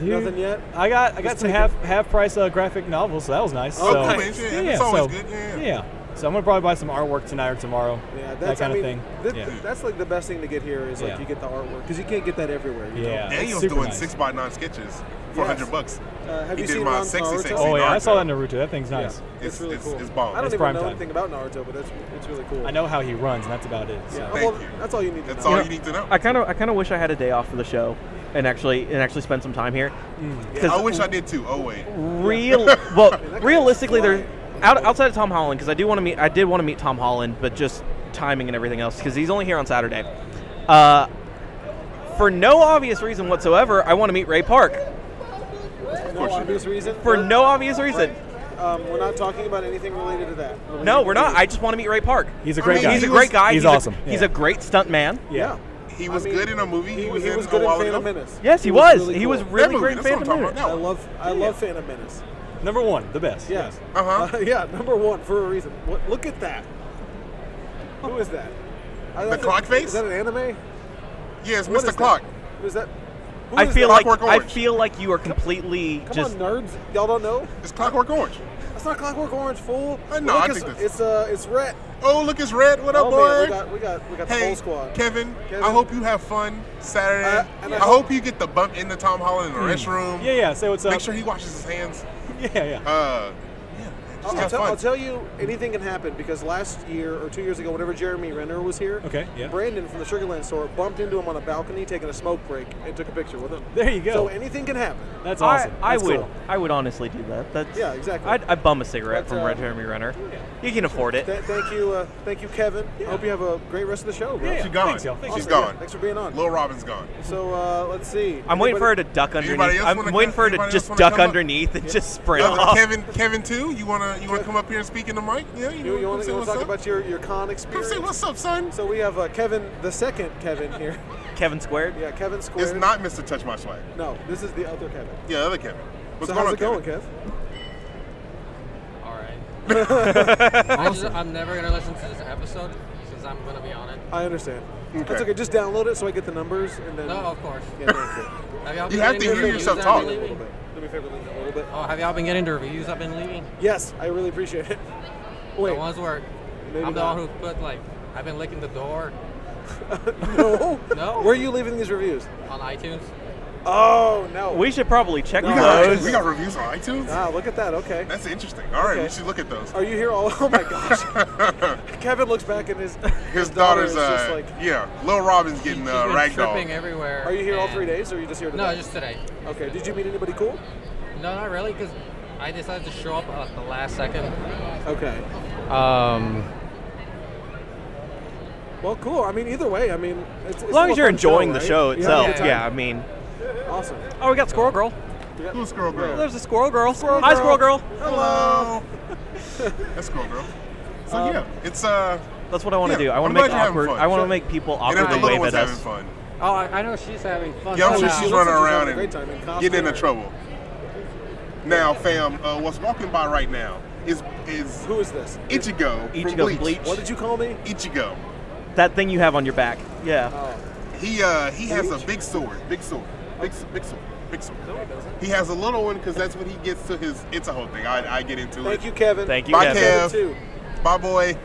Speaker 1: nothing yet?
Speaker 7: I got I got
Speaker 1: Just
Speaker 7: some
Speaker 1: take
Speaker 7: half half price uh, graphic novels, so that was nice. so,
Speaker 1: Oh, cool,
Speaker 2: man. Yeah, that's always
Speaker 7: so,
Speaker 2: good, yeah.
Speaker 7: yeah. So I'm gonna probably buy some artwork tonight or tomorrow. that kind
Speaker 1: I mean,
Speaker 7: of
Speaker 1: thi-
Speaker 7: thing. yeah.
Speaker 1: That's like the best thing to get here is like
Speaker 7: Yeah.
Speaker 1: you get the artwork because you can't get that everywhere. You
Speaker 7: Yeah. it's
Speaker 2: Daniel's
Speaker 7: super
Speaker 2: doing
Speaker 7: nice.
Speaker 2: six by nine sketches for
Speaker 1: Yes.
Speaker 2: hundred bucks.
Speaker 1: Know? Uh, have
Speaker 2: He
Speaker 1: you
Speaker 2: did
Speaker 1: seen
Speaker 2: my
Speaker 1: Ron
Speaker 2: sexy,
Speaker 1: Naruto?
Speaker 2: sexy
Speaker 7: Oh yeah, I
Speaker 2: Naruto.
Speaker 7: saw that in Naruto. That thing's
Speaker 1: Yeah.
Speaker 7: nice.
Speaker 1: It's,
Speaker 2: It's-
Speaker 1: really
Speaker 2: it's-
Speaker 1: cool.
Speaker 2: it's bomb.
Speaker 1: I don't
Speaker 7: It's
Speaker 1: even
Speaker 7: prime
Speaker 1: know
Speaker 7: time.
Speaker 1: anything about Naruto, but that's it's really cool.
Speaker 7: I know how he runs, and that's about it. So.
Speaker 1: Yeah,
Speaker 2: Thank
Speaker 1: well,
Speaker 2: you.
Speaker 1: that's all you need.
Speaker 2: That's
Speaker 1: to know.
Speaker 2: all you need to know.
Speaker 3: I kind of I kind of wish I had a day off for the show and actually and actually spend some time here. Because
Speaker 2: Hmm. I wish I did too. Oh wait. [LAUGHS]
Speaker 3: real well
Speaker 1: guy's
Speaker 3: realistically there
Speaker 1: flying.
Speaker 3: out, outside of Tom Holland because I do want to meet I did want to meet Tom Holland but just timing and everything else because he's only here on Saturday. Uh, for no obvious reason whatsoever, I want to meet Ray Park
Speaker 1: No obvious reason.
Speaker 3: for no obvious reason.
Speaker 1: Um, we're not talking about anything related to that.
Speaker 3: No, we're not. I just want to meet Ray Park.
Speaker 7: He's a
Speaker 2: I
Speaker 7: great
Speaker 2: mean,
Speaker 7: guy.
Speaker 3: He's a
Speaker 2: He
Speaker 3: great
Speaker 2: was-
Speaker 3: guy.
Speaker 7: he's
Speaker 3: a-
Speaker 7: awesome.
Speaker 3: He's
Speaker 7: Yeah.
Speaker 3: a great stunt man.
Speaker 1: yeah.
Speaker 2: He
Speaker 1: I
Speaker 2: was
Speaker 1: mean,
Speaker 2: good in a movie. He, was, in
Speaker 1: was
Speaker 2: a
Speaker 1: good
Speaker 2: while
Speaker 1: in Phantom
Speaker 2: ago.
Speaker 1: Menace.
Speaker 3: Yes, he, was.
Speaker 1: really
Speaker 3: he
Speaker 1: cool.
Speaker 3: was really
Speaker 2: movie,
Speaker 3: great
Speaker 2: that's what I'm
Speaker 3: fan
Speaker 2: talking
Speaker 3: of
Speaker 2: about.
Speaker 1: I love I love Phantom Menace.
Speaker 7: Number one, the best.
Speaker 1: Yeah.
Speaker 2: Uh-huh.
Speaker 1: Uh, [LAUGHS] yeah, number one for a reason. What, look at that. Who is that? I-
Speaker 2: The
Speaker 1: that's a-
Speaker 2: clock face?
Speaker 1: Is that an anime?
Speaker 2: Yes,
Speaker 1: What
Speaker 2: Mr.
Speaker 1: is
Speaker 2: Clock.
Speaker 1: That? Is that? who
Speaker 3: I
Speaker 1: is
Speaker 3: feel
Speaker 1: that?
Speaker 3: like
Speaker 2: Clockwork
Speaker 3: I
Speaker 2: Orange.
Speaker 3: feel like you are completely
Speaker 1: Come
Speaker 3: just
Speaker 1: on, nerds! Y'all don't know?
Speaker 2: It's Clockwork Orange.
Speaker 1: That's not Clockwork Orange, fool.
Speaker 2: Uh, no,
Speaker 1: Look,
Speaker 2: I
Speaker 1: it's,
Speaker 2: think that's-
Speaker 1: it's uh, it's Rhett.
Speaker 2: Oh, look, it's Red. What up,
Speaker 1: oh
Speaker 2: boy?
Speaker 1: man, we got we got we got the
Speaker 2: hey,
Speaker 1: whole squad.
Speaker 2: Kevin,
Speaker 1: Kevin.
Speaker 2: I hope you have fun Saturday.
Speaker 1: Uh,
Speaker 2: I,
Speaker 1: and I Hmm.
Speaker 2: hope
Speaker 1: hope-
Speaker 2: you get the bump into Tom Holland in the restroom.
Speaker 7: Yeah, yeah. Say what's up.
Speaker 2: Make sure he washes his hands.
Speaker 7: Yeah, yeah.
Speaker 2: Uh, yeah, just
Speaker 1: I'll, I'll
Speaker 2: have
Speaker 1: tell,
Speaker 2: fun.
Speaker 1: I'll tell you, anything can happen because last year or two years ago, whenever Jeremy Renner was here,
Speaker 7: Okay, yeah.
Speaker 1: Brandon from the Sugarland store bumped into him on a balcony taking a smoke break and took a picture with him.
Speaker 7: There you go.
Speaker 1: So anything can happen.
Speaker 7: That's awesome.
Speaker 3: I, I
Speaker 7: That's
Speaker 3: would
Speaker 7: cool.
Speaker 3: I would honestly do that. That's
Speaker 1: Yeah, exactly.
Speaker 3: I'd, I'd bum a cigarette
Speaker 1: That's,
Speaker 3: from
Speaker 1: uh,
Speaker 3: Red Jeremy Renner. You can afford it.
Speaker 1: Th- thank you, uh, thank you, Kevin. I hope you have a great rest of the show. Bro.
Speaker 7: Yeah,
Speaker 2: She's gone.
Speaker 7: Thanks, y'all. Thanks,
Speaker 2: She's
Speaker 1: Awesome.
Speaker 2: gone.
Speaker 1: Yeah, thanks for being on.
Speaker 2: Lil
Speaker 1: [LAUGHS]
Speaker 2: Robin's gone.
Speaker 1: So uh, let's see.
Speaker 3: I'm waiting for her
Speaker 1: Anybody-
Speaker 3: to duck underneath.
Speaker 2: Anybody else
Speaker 3: I'm
Speaker 2: wanna
Speaker 3: waiting
Speaker 2: come-
Speaker 3: for her to
Speaker 2: anybody
Speaker 3: just
Speaker 2: else wanna
Speaker 3: duck
Speaker 2: come up?
Speaker 3: underneath and just sprint
Speaker 2: Uh,
Speaker 3: off.
Speaker 2: Kevin, Kevin too. You wanna you wanna come up here and speak in the mic? Yeah, you,
Speaker 1: You, you
Speaker 2: wanna
Speaker 1: want
Speaker 2: come say
Speaker 1: to
Speaker 2: what's
Speaker 1: talk
Speaker 2: up?
Speaker 1: about your, your con
Speaker 2: Come
Speaker 1: experience?
Speaker 2: say what's up, son.
Speaker 1: So we have uh, Kevin the second Kevin here. [LAUGHS]
Speaker 3: Kevin squared.
Speaker 1: yeah, Kevin Square.
Speaker 2: It's not Mr. Touch My Swag.
Speaker 1: No, this is the other Kevin.
Speaker 2: Yeah, other Kevin. What's
Speaker 1: so
Speaker 2: going
Speaker 1: how's
Speaker 2: on,
Speaker 1: it going,
Speaker 2: Kevin?
Speaker 1: Kev?
Speaker 8: All right. I just, I'm never gonna listen to this episode since I'm gonna be on it.
Speaker 1: I understand. That's
Speaker 2: Okay.
Speaker 1: okay. Just download it so I get the numbers and then.
Speaker 8: No, of course. [LAUGHS]
Speaker 1: Yeah, thank you.
Speaker 8: Have y'all
Speaker 2: You
Speaker 8: been
Speaker 2: have
Speaker 8: getting
Speaker 2: to
Speaker 8: the
Speaker 2: hear
Speaker 8: reviews
Speaker 2: yourself
Speaker 8: that I've
Speaker 2: talk.
Speaker 8: been
Speaker 1: a little
Speaker 8: leaving?
Speaker 1: bit. Do me a favor, lean a little bit.
Speaker 8: Oh, have y'all been getting the reviews I've been leaving?
Speaker 1: Yes, I really
Speaker 8: [LAUGHS]
Speaker 1: appreciate it. Wait,
Speaker 8: The ones where
Speaker 1: Maybe
Speaker 8: I'm the
Speaker 1: not.
Speaker 8: one who put like I've been licking
Speaker 7: [LAUGHS]
Speaker 8: the door
Speaker 1: no.
Speaker 8: No.
Speaker 1: Where are you leaving these reviews?
Speaker 8: on iTunes.
Speaker 1: Oh no.
Speaker 3: We should probably check
Speaker 1: No.
Speaker 2: We got,
Speaker 3: those.
Speaker 2: we got reviews on iTunes.
Speaker 1: Ah, look at that. Okay.
Speaker 2: That's interesting. All right, we
Speaker 1: Okay.
Speaker 2: should look at those.
Speaker 1: Are you here all? [LAUGHS] Oh my
Speaker 3: [LAUGHS]
Speaker 1: gosh. Kevin looks back and his
Speaker 2: [LAUGHS]
Speaker 1: [LAUGHS]
Speaker 2: His daughter's,
Speaker 1: is
Speaker 2: uh,
Speaker 1: just like.
Speaker 2: yeah, Lil Robin's
Speaker 8: She's
Speaker 2: getting
Speaker 8: been
Speaker 2: uh,
Speaker 8: tripping
Speaker 2: ragdolled.
Speaker 8: everywhere.
Speaker 1: Are you here all
Speaker 8: and-
Speaker 1: three days, or are you just here today?
Speaker 8: No, just today.
Speaker 1: Okay. Did you meet anybody cool?
Speaker 8: No, not really, because I decided to show up at the last second.
Speaker 1: Okay.
Speaker 8: Um,
Speaker 1: Well, cool. I mean, either way, I mean, it's, it's
Speaker 3: as long
Speaker 1: still
Speaker 3: as
Speaker 1: a
Speaker 3: you're
Speaker 1: fun
Speaker 3: enjoying the
Speaker 1: right?
Speaker 3: show
Speaker 1: You having a
Speaker 3: itself.
Speaker 1: good
Speaker 3: Yeah,
Speaker 1: time?
Speaker 3: I mean.
Speaker 1: Awesome.
Speaker 3: Oh, we got Squirrel Girl.
Speaker 2: Who's Squirrel Girl?
Speaker 3: There's a Squirrel Girl. Hi, Squirrel Girl.
Speaker 2: Hello. [LAUGHS] That's cool, girl. So yeah, it's uh.
Speaker 3: That's what I want to
Speaker 2: Yeah,
Speaker 3: do. I
Speaker 2: I'm
Speaker 3: want to
Speaker 2: glad
Speaker 3: make
Speaker 2: you're having
Speaker 3: awkward.
Speaker 2: fun.
Speaker 3: I want
Speaker 2: Sure.
Speaker 3: to make people
Speaker 2: And if the
Speaker 3: awkwardly
Speaker 2: little
Speaker 3: wave
Speaker 2: one's
Speaker 3: at
Speaker 2: having
Speaker 3: us.
Speaker 2: fun,
Speaker 8: oh, I, I know she's having fun.
Speaker 2: yeah, I'm sure
Speaker 1: she
Speaker 2: she's
Speaker 1: looks
Speaker 2: running
Speaker 1: like she's
Speaker 2: around
Speaker 1: having a great time in
Speaker 2: and
Speaker 1: costume.
Speaker 2: getting into trouble. Now, fam, uh, what's walking by right now is is
Speaker 1: Who is this?
Speaker 2: Ichigo from
Speaker 3: Ichigo
Speaker 2: Bleach.
Speaker 3: Bleach.
Speaker 1: What did you call me?
Speaker 2: Ichigo.
Speaker 3: That thing you have on your back. Yeah.
Speaker 1: Oh,
Speaker 2: He uh he has a
Speaker 1: Bleach?
Speaker 2: big sword, big sword, big s- big sword, big sword. He has a little one because that's what he gets to his. It's a whole thing. I, I get into
Speaker 1: thank
Speaker 2: it.
Speaker 1: you, Kevin.
Speaker 3: Thank you,
Speaker 2: Bye,
Speaker 3: Kevin.
Speaker 2: Kev.
Speaker 1: Too.
Speaker 2: Bye, boy.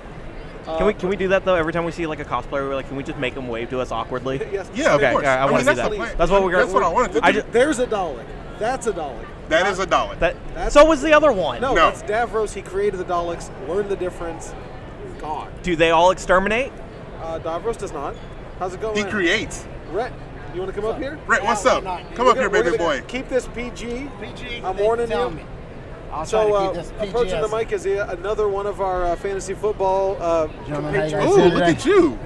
Speaker 3: Can we can we do that though? Every time we see like a cosplayer, we're like, can we just make them wave to us
Speaker 1: [LAUGHS]
Speaker 3: awkwardly?
Speaker 1: Yes.
Speaker 2: Yeah,
Speaker 3: Okay,
Speaker 2: of course.
Speaker 3: yeah, I
Speaker 2: mean,
Speaker 3: wanna do
Speaker 2: that's
Speaker 3: that.
Speaker 2: the plan.
Speaker 3: That's what we're gonna-
Speaker 2: That's what I wanted to do.
Speaker 3: I just-
Speaker 1: There's a Dalek. That's a Dalek.
Speaker 2: that is a dollar.
Speaker 3: That.
Speaker 1: That's-
Speaker 3: so was the other one.
Speaker 1: No,
Speaker 2: No.
Speaker 1: that's Davros. He created the Daleks. Learned the difference. God.
Speaker 3: Do they all exterminate?
Speaker 1: Uh, Davros does not. How's it going?
Speaker 2: he creates.
Speaker 1: Rhett, you want to come up here?
Speaker 2: Brett, what's up? Come up
Speaker 1: We're gonna-
Speaker 2: here, baby
Speaker 1: we're gonna
Speaker 2: boy.
Speaker 1: Keep this PG.
Speaker 9: PG.
Speaker 1: I'm
Speaker 9: they
Speaker 1: warning
Speaker 9: tell
Speaker 1: you.
Speaker 9: Me. I'll
Speaker 1: So
Speaker 9: try to
Speaker 1: uh,
Speaker 9: keep this PG
Speaker 1: approaching the
Speaker 9: as-
Speaker 1: mic is uh, another one of our uh, fantasy football uh,
Speaker 9: Gentlemen, how you
Speaker 1: compatriots.
Speaker 9: guys
Speaker 2: Ooh,
Speaker 9: doing
Speaker 2: look
Speaker 9: today?
Speaker 2: at you.